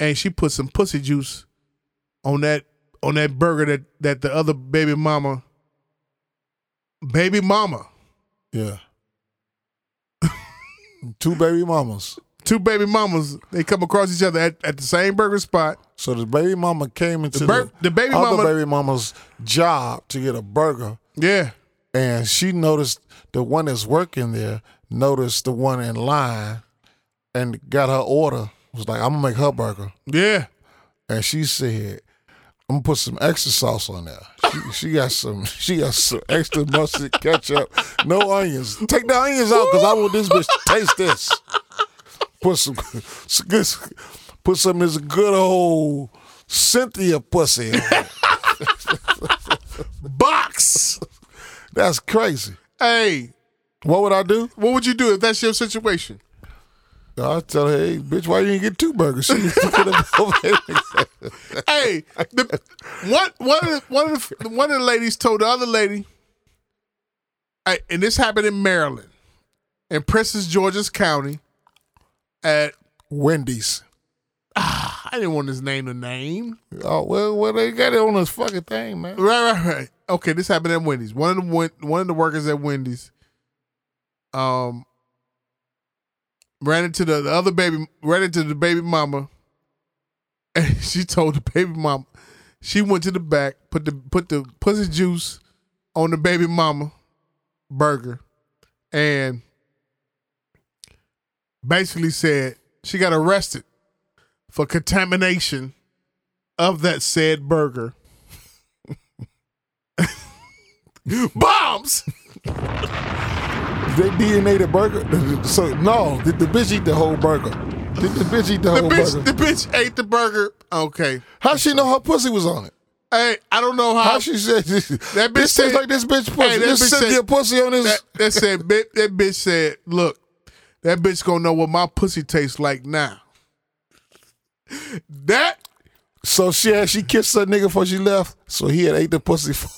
B: and she put some pussy juice on that on that burger that that the other baby mama baby mama
A: Yeah. Two baby mamas.
B: two baby mamas they come across each other at, at the same burger spot
A: So the baby mama came into
B: The
A: the,
B: bur- the baby
A: other
B: mama-
A: baby mama's job to get a burger,
B: yeah
A: and she noticed the one that's working there noticed the one in line, and got her order. Was like, I'm gonna make her burger,
B: yeah
A: and she said, I'm gonna put some extra sauce on there. She, she got some. *laughs* She got some extra mustard, ketchup, no onions. Take the onions out because I want this bitch to taste this. Put some, *laughs* some good, put some of this good old Cynthia pussy. in *laughs* it.
B: box
A: That's crazy.
B: hey
A: What would I do?
B: what would you do if that's your situation
A: I tell her, hey, bitch, why you didn't get two burgers? She *laughs* needs to get a
B: hey the, one, one, of the, one, of the, one of the ladies told the other lady hey, and this happened in maryland in princess george's county at
A: Wendy's.
B: I didn't want his name to name.
A: Oh well, well they got it on this fucking thing, man.
B: Right, right, right. Okay, this happened at Wendy's. One of the Wen- one of the workers at Wendy's, um, ran into the, the other baby, ran into the baby mama, *laughs* and she told the baby mama, she went to the back, put the put the pussy juice on the baby mama burger, and basically said she got arrested for contamination of that said burger. *laughs* bombs.
A: They DNA the burger. *laughs* So no, did the bitch eat the whole burger? Did the bitch eat the,
B: The
A: whole
B: bitch,
A: burger?
B: the bitch ate the burger. Okay.
A: How she know her pussy was on it?
B: Hey, I don't know how,
A: How she said *laughs* this?
B: That bitch
A: this
B: said-
A: tastes like this bitch pussy.
B: Hey, that
A: this
B: bitch
A: bitch Cynthia
B: said-
A: pussy on this.
B: that, that said. *laughs* bit- That bitch said, "Look, that bitch gonna know what my pussy tastes like now." That
A: so she had she kissed her nigga before she left. So he had ate the pussy. *laughs* For,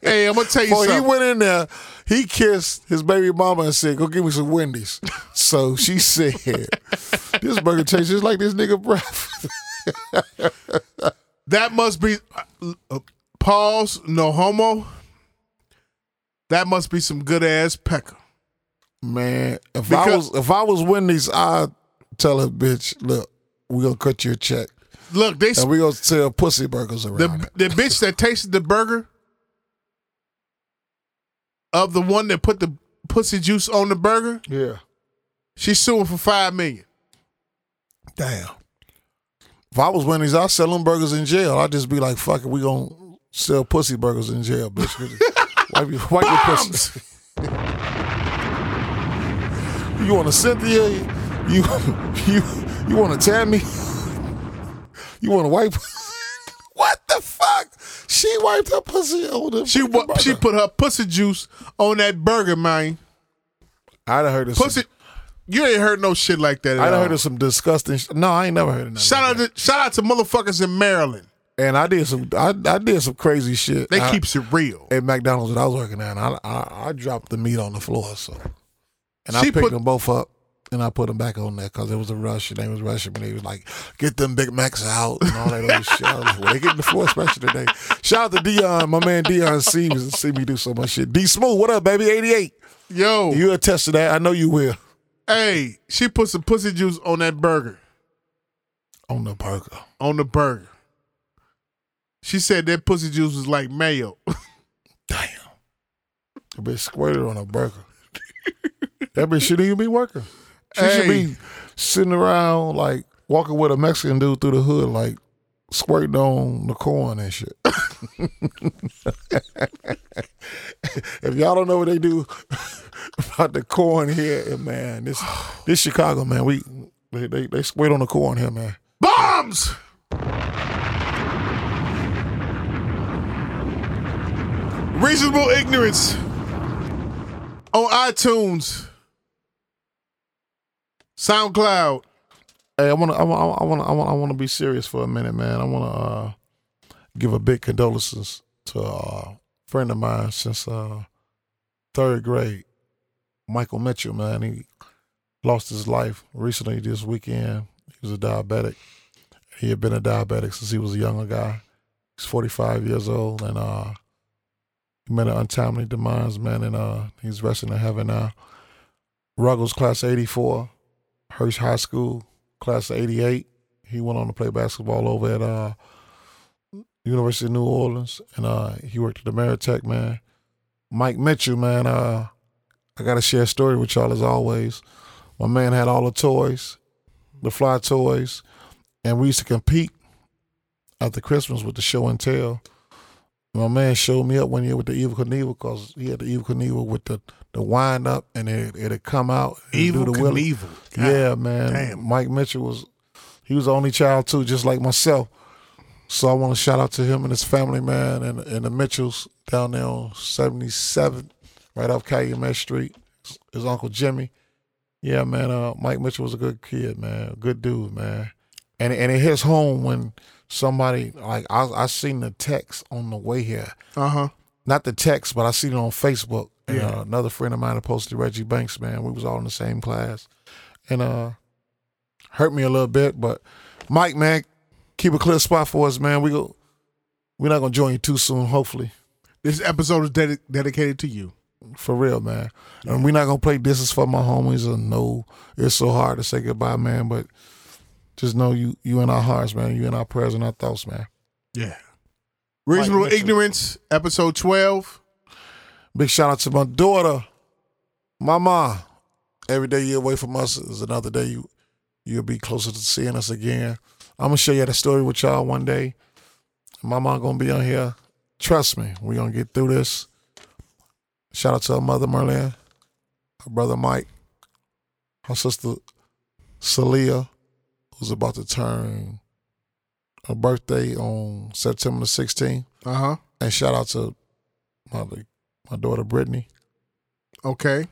B: hey, I'm gonna tell
A: *laughs*
B: you
A: before he
B: something.
A: went in there, he kissed his baby mama and said, "Go give me some
B: *laughs*
A: Wendy's." so she said, "This burger tastes just like this nigga breath." *laughs*
B: that must be uh, uh, pause. No homo. That must be some good ass pecker.
A: Man, if I
B: Because-
A: was if I was Wendy's, I'd tell her, bitch, look, we gonna cut you a check.
B: Look, they
A: And we gonna sell pussy burgers around.
B: the the bitch that tasted the burger of the one that put the pussy juice on the burger.
A: Yeah.
B: She's suing for five million.
A: Damn. If I was Wendy's, I'd sell them burgers in jail. I'd just be like, fuck it, we gonna sell pussy burgers in jail,
B: *laughs*
A: bitch. wipe your, wipe your pussy. *laughs* you want a Cynthia? You *laughs* you you want to Tammy? *laughs* You want to wipe? *laughs* what the fuck? She wiped her pussy on the
B: She wa- she put her pussy juice on that burger, man.
A: I'd have heard of
B: Pussy, you ain't heard no shit like that.
A: Some, I'd
B: At
A: have
B: all.
A: heard of some disgusting. Sh- no, I ain't never heard of nothing.
B: Shout out to shout out to motherfuckers in Maryland.
A: And I did some. I, I did some crazy shit.
B: They
A: I-
B: keeps it real.
A: at McDonald's that I was working at, and I, I, I dropped the meat on the floor. So, and I
B: She
A: picked
B: put-
A: them both up and I put them back on there because it was a rush. And they was rushing, and they was like, "Get them Big Macs out and all that other shit." I was like, well, they getting the floor special today. Shout out to Dion, my man Dion C was see me do so much shit. D Smooth, what up, baby? Eighty eight.
B: Yo,
A: You attest to that? I know you will.
B: hey, she put some pussy juice on that burger.
A: On the burger.
B: On the burger. She said that pussy juice was like mayo. *laughs*
A: Damn. That bitch squirted on a burger. that bitch shouldn't even be working. She should
B: Hey.
A: be sitting around like walking with a Mexican dude through the hood, like squirting on the corn and shit. *laughs* if y'all don't know what they do *laughs* about the corn here, and man, this this Chicago man, we they they, they squirt on the corn here, man.
B: Bombs. Reasonable ignorance on iTunes, SoundCloud.
A: Hey, I want to, I want, I want, I want, I want to be serious for a minute, man. I want to uh, give a big condolences to uh, a friend of mine since uh, third grade, Michael Mitchell. Man, he lost his life recently this weekend. He was a diabetic. He had been a diabetic since he was a younger guy. He's 45 years old, and uh, he met an untimely demise, man. And uh, he's resting in heaven now. Ruggles, class 84. Hirsch High School, class of '88. He went on to play basketball over at uh, University of New Orleans, and uh, he worked at the Maritech. Man, Mike Mitchell, man, uh, I gotta share a story with y'all as always. My man had all the toys, the fly toys, and we used to compete after Christmas with the show and tell. My man showed me up one year with the Evil Knievel because he had the Evil Knievel with the, the wind up and it, it'd come out. and
B: Evil
A: do the wheelie.
B: Knievel. God
A: Yeah, man.
B: damn.
A: Mike Mitchell was, he was the only child too, just like myself. So I want to shout out to him and his family, man, and, and the Mitchells down there on 77, right off Calumet Street. His- His Uncle Jimmy. Yeah, man. Uh, Mike Mitchell was a good kid, man. Good dude, man. And and it hits home when somebody like I I seen the text on the way here.
B: Uh huh.
A: Not the text, but I seen it on Facebook. And, uh, another friend of mine that posted Reggie Banks, man. We was all in the same class, and uh, hurt me a little bit. But Mike, man, keep a clear spot for us, man. We go. We're not gonna join you too soon, hopefully.
B: This episode is dedi- dedicated to you.
A: For real, man. And we're not gonna play this is for my homies or no. It's so hard to say goodbye, man. But just know you you in our hearts, man. You in our prayers and our thoughts, man.
B: Yeah. Reasonable
A: Mike Mitchell.
B: ignorance, episode twelve.
A: Big shout out to my daughter, Mama. Every day you're away from us is another day you you'll be closer to seeing us again. I'm gonna share you the story with y'all one day. Mama gonna be on here. Trust me, we gonna get through this. Shout out to her mother Merlin, her brother Mike, her sister Celia, who's about to turn her birthday on September the 16th.
B: Uh huh.
A: And shout out to my my daughter Brittany.
B: Okay.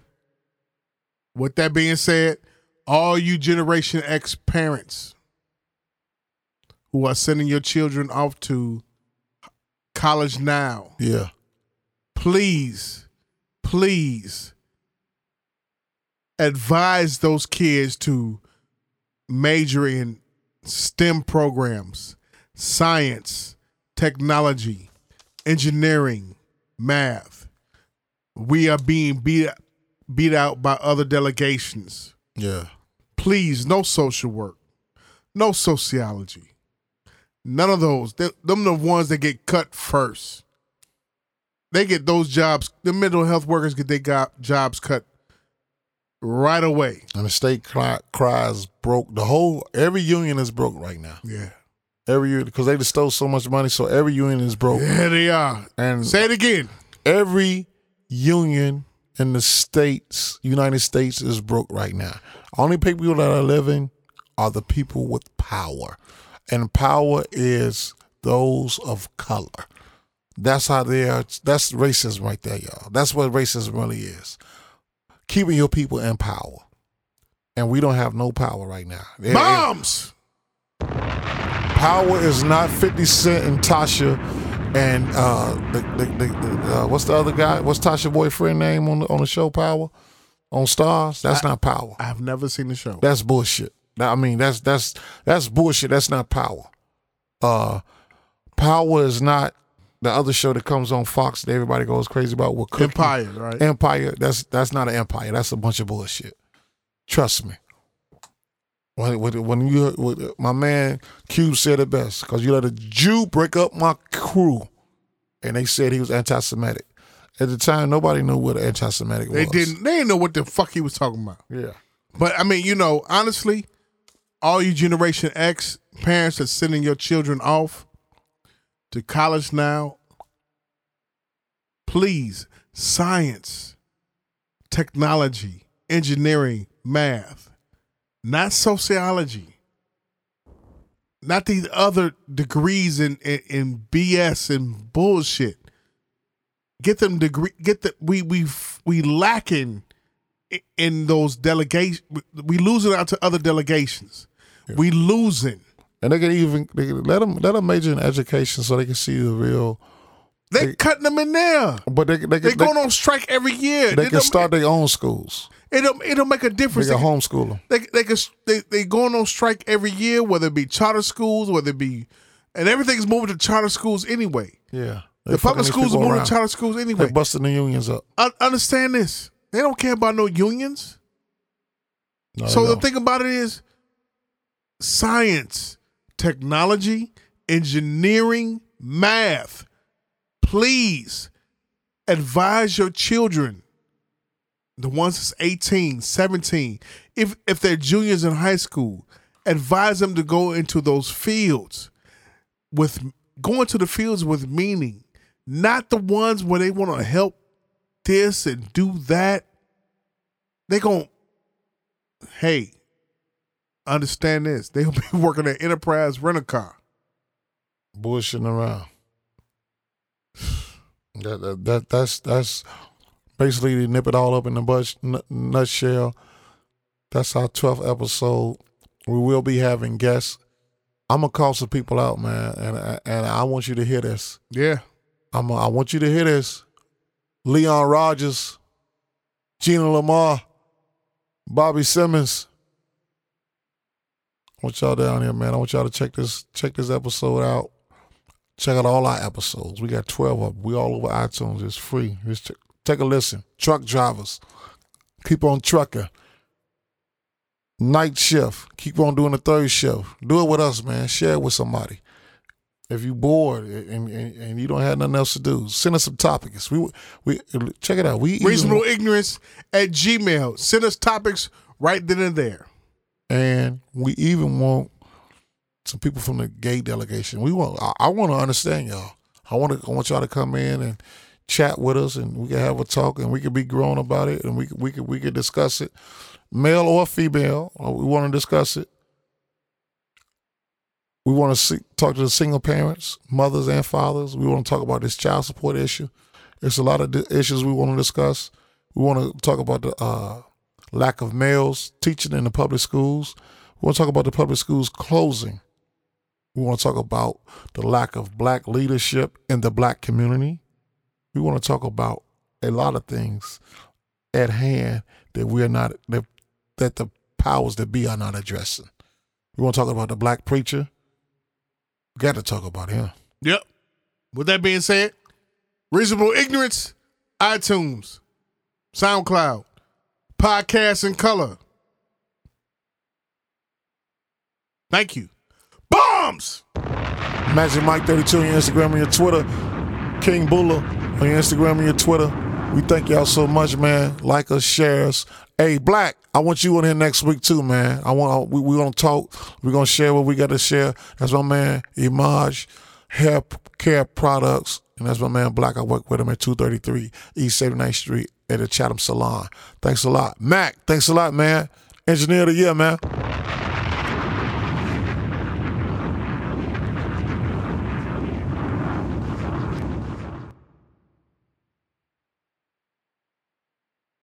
B: With that being said, all you Generation X parents who are sending your children off to college now,
A: Yeah.
B: please, please advise those kids to major in STEM programs, science, technology, engineering, math. We are being beat beat out by other delegations.
A: Yeah.
B: Please, no social work, no sociology, none of those. They, them the ones that get cut first. they get those jobs. The mental health workers get their go- jobs cut right away.
A: And the state cry, cries broke. The whole every union is broke right now.
B: Yeah.
A: Every union because they just stole so much money, so every union is broke.
B: Yeah, they are.
A: And
B: Say it again.
A: every union in the states, United States, is broke right now. Only people that are living are the people with power, and power is those of color. That's how they are. That's racism right there, y'all. That's what racism really is. Keeping your people in power, and we don't have no power right now. There is-
B: Bombs.
A: Power is not 50 Cent and Tasha and uh, the, the, the, the, uh, what's the other guy? What's Tasha boyfriend name on the, on the show Power on Stars? That's not power.
B: I've never seen the show.
A: That's bullshit. That- I mean, that's that's that's bullshit. That's not power. Uh, power is not the other show that comes on Fox that everybody goes crazy about. With Cookie.
B: Empire, right?
A: Empire. That's that's not an empire. That's a bunch of bullshit. Trust me. When when, when you when, my man Cube said it best because you let a Jew break up my crew, and they said he was anti-Semitic. At the time, nobody knew what anti-Semitic
B: They
A: was.
B: didn't. They didn't know what the fuck he was talking about.
A: Yeah.
B: But I mean, you know, honestly, all you Generation X parents that's sending your children off to college now, please, science, technology, engineering, math, not sociology, not these other degrees in in, in BS and bullshit. Get them degree. Get the we we we lacking in those delegation we losing out to other delegations we losing
A: and they can even they can let them let them major in education so they can see the real.
B: they cutting them in there
A: But they they
B: they
A: can, they,
B: going on strike every year
A: they
B: it'll,
A: can start their own schools.
B: it'll, it'll make a
A: They
B: difference
A: can homeschool them.
B: they, they, can, they, they going on strike every year whether it be charter schools whether it be and everything's moving to charter schools anyway
A: Yeah,
B: the public schools are moving to charter schools anyway
A: They're busting the unions up.
B: Un- understand this they don't care about no unions
A: No,
B: So
A: they
B: the
A: don't.
B: thing about it is science, technology, engineering, math. Please advise your children, the ones that's 18, 17, if if they're juniors in high school, advise them to go into those fields with going to the fields with meaning, not the ones where they want to help this and do that. They going hey, understand this. They'll *laughs* be working at Enterprise Rent a Car.
A: bullshitting around. That, that, that that's that's basically to nip it all up in the bus, n- nutshell. That's our twelfth episode. We will be having guests. I'm gonna call some people out, man, and I- and I want you to hear this.
B: Yeah.
A: I'm I want you to hear this. Leon Rogers, Gina Lamar, Bobby Simmons. I want y'all down here, man. I want y'all to check this check this episode out. Check out all our episodes. We got 12 of them. We all over iTunes. It's free. Just t- take a listen. Truck drivers, keep on trucking. Night shift, keep on doing the third shift. Do it with us, man. Share it with somebody if you bored and, and, and you don't have nothing else to do, send us some topics. We we check it out. We even-
B: Reasonable Ignorance at Gmail. Send us topics right then and there.
A: and we even want some people from the gay delegation. We want. I, I want to understand y'all. I want to. I want y'all to come in and chat with us, and we can have a talk, and we can be grown about it, and we can- we can we can discuss it, male or female. uh, We want to discuss it. We want to see, talk to the single parents, mothers and fathers. We want to talk about this child support issue. It's a lot of di- issues we want to discuss. We want to talk about the uh, lack of males teaching in the public schools. We want to talk about the public schools closing. We want to talk about the lack of black leadership in the black community. We want to talk about a lot of things at hand that we're not that, that the powers that be are not addressing. We want to talk about the black preacher. We got to talk about him.
B: Yep. With that being said, Reasonable Ignorance, iTunes, SoundCloud, Podcast in Color. Thank you. Bombs!
A: Magic Mike 32 on your Instagram and your Twitter. King Bulla on your Instagram and your Twitter. We thank y'all so much, man. Like us, share us. Hey, Black, I want you on here next week too, man. I want we we gonna talk. We gonna share what we got to share. That's my man, Imaj Hair Care Products, and that's my man Black. I work with him at 233 East 79th Street at the Chatham Salon. Thanks a lot, Mac. Thanks a lot, man. Engineer of the year, man.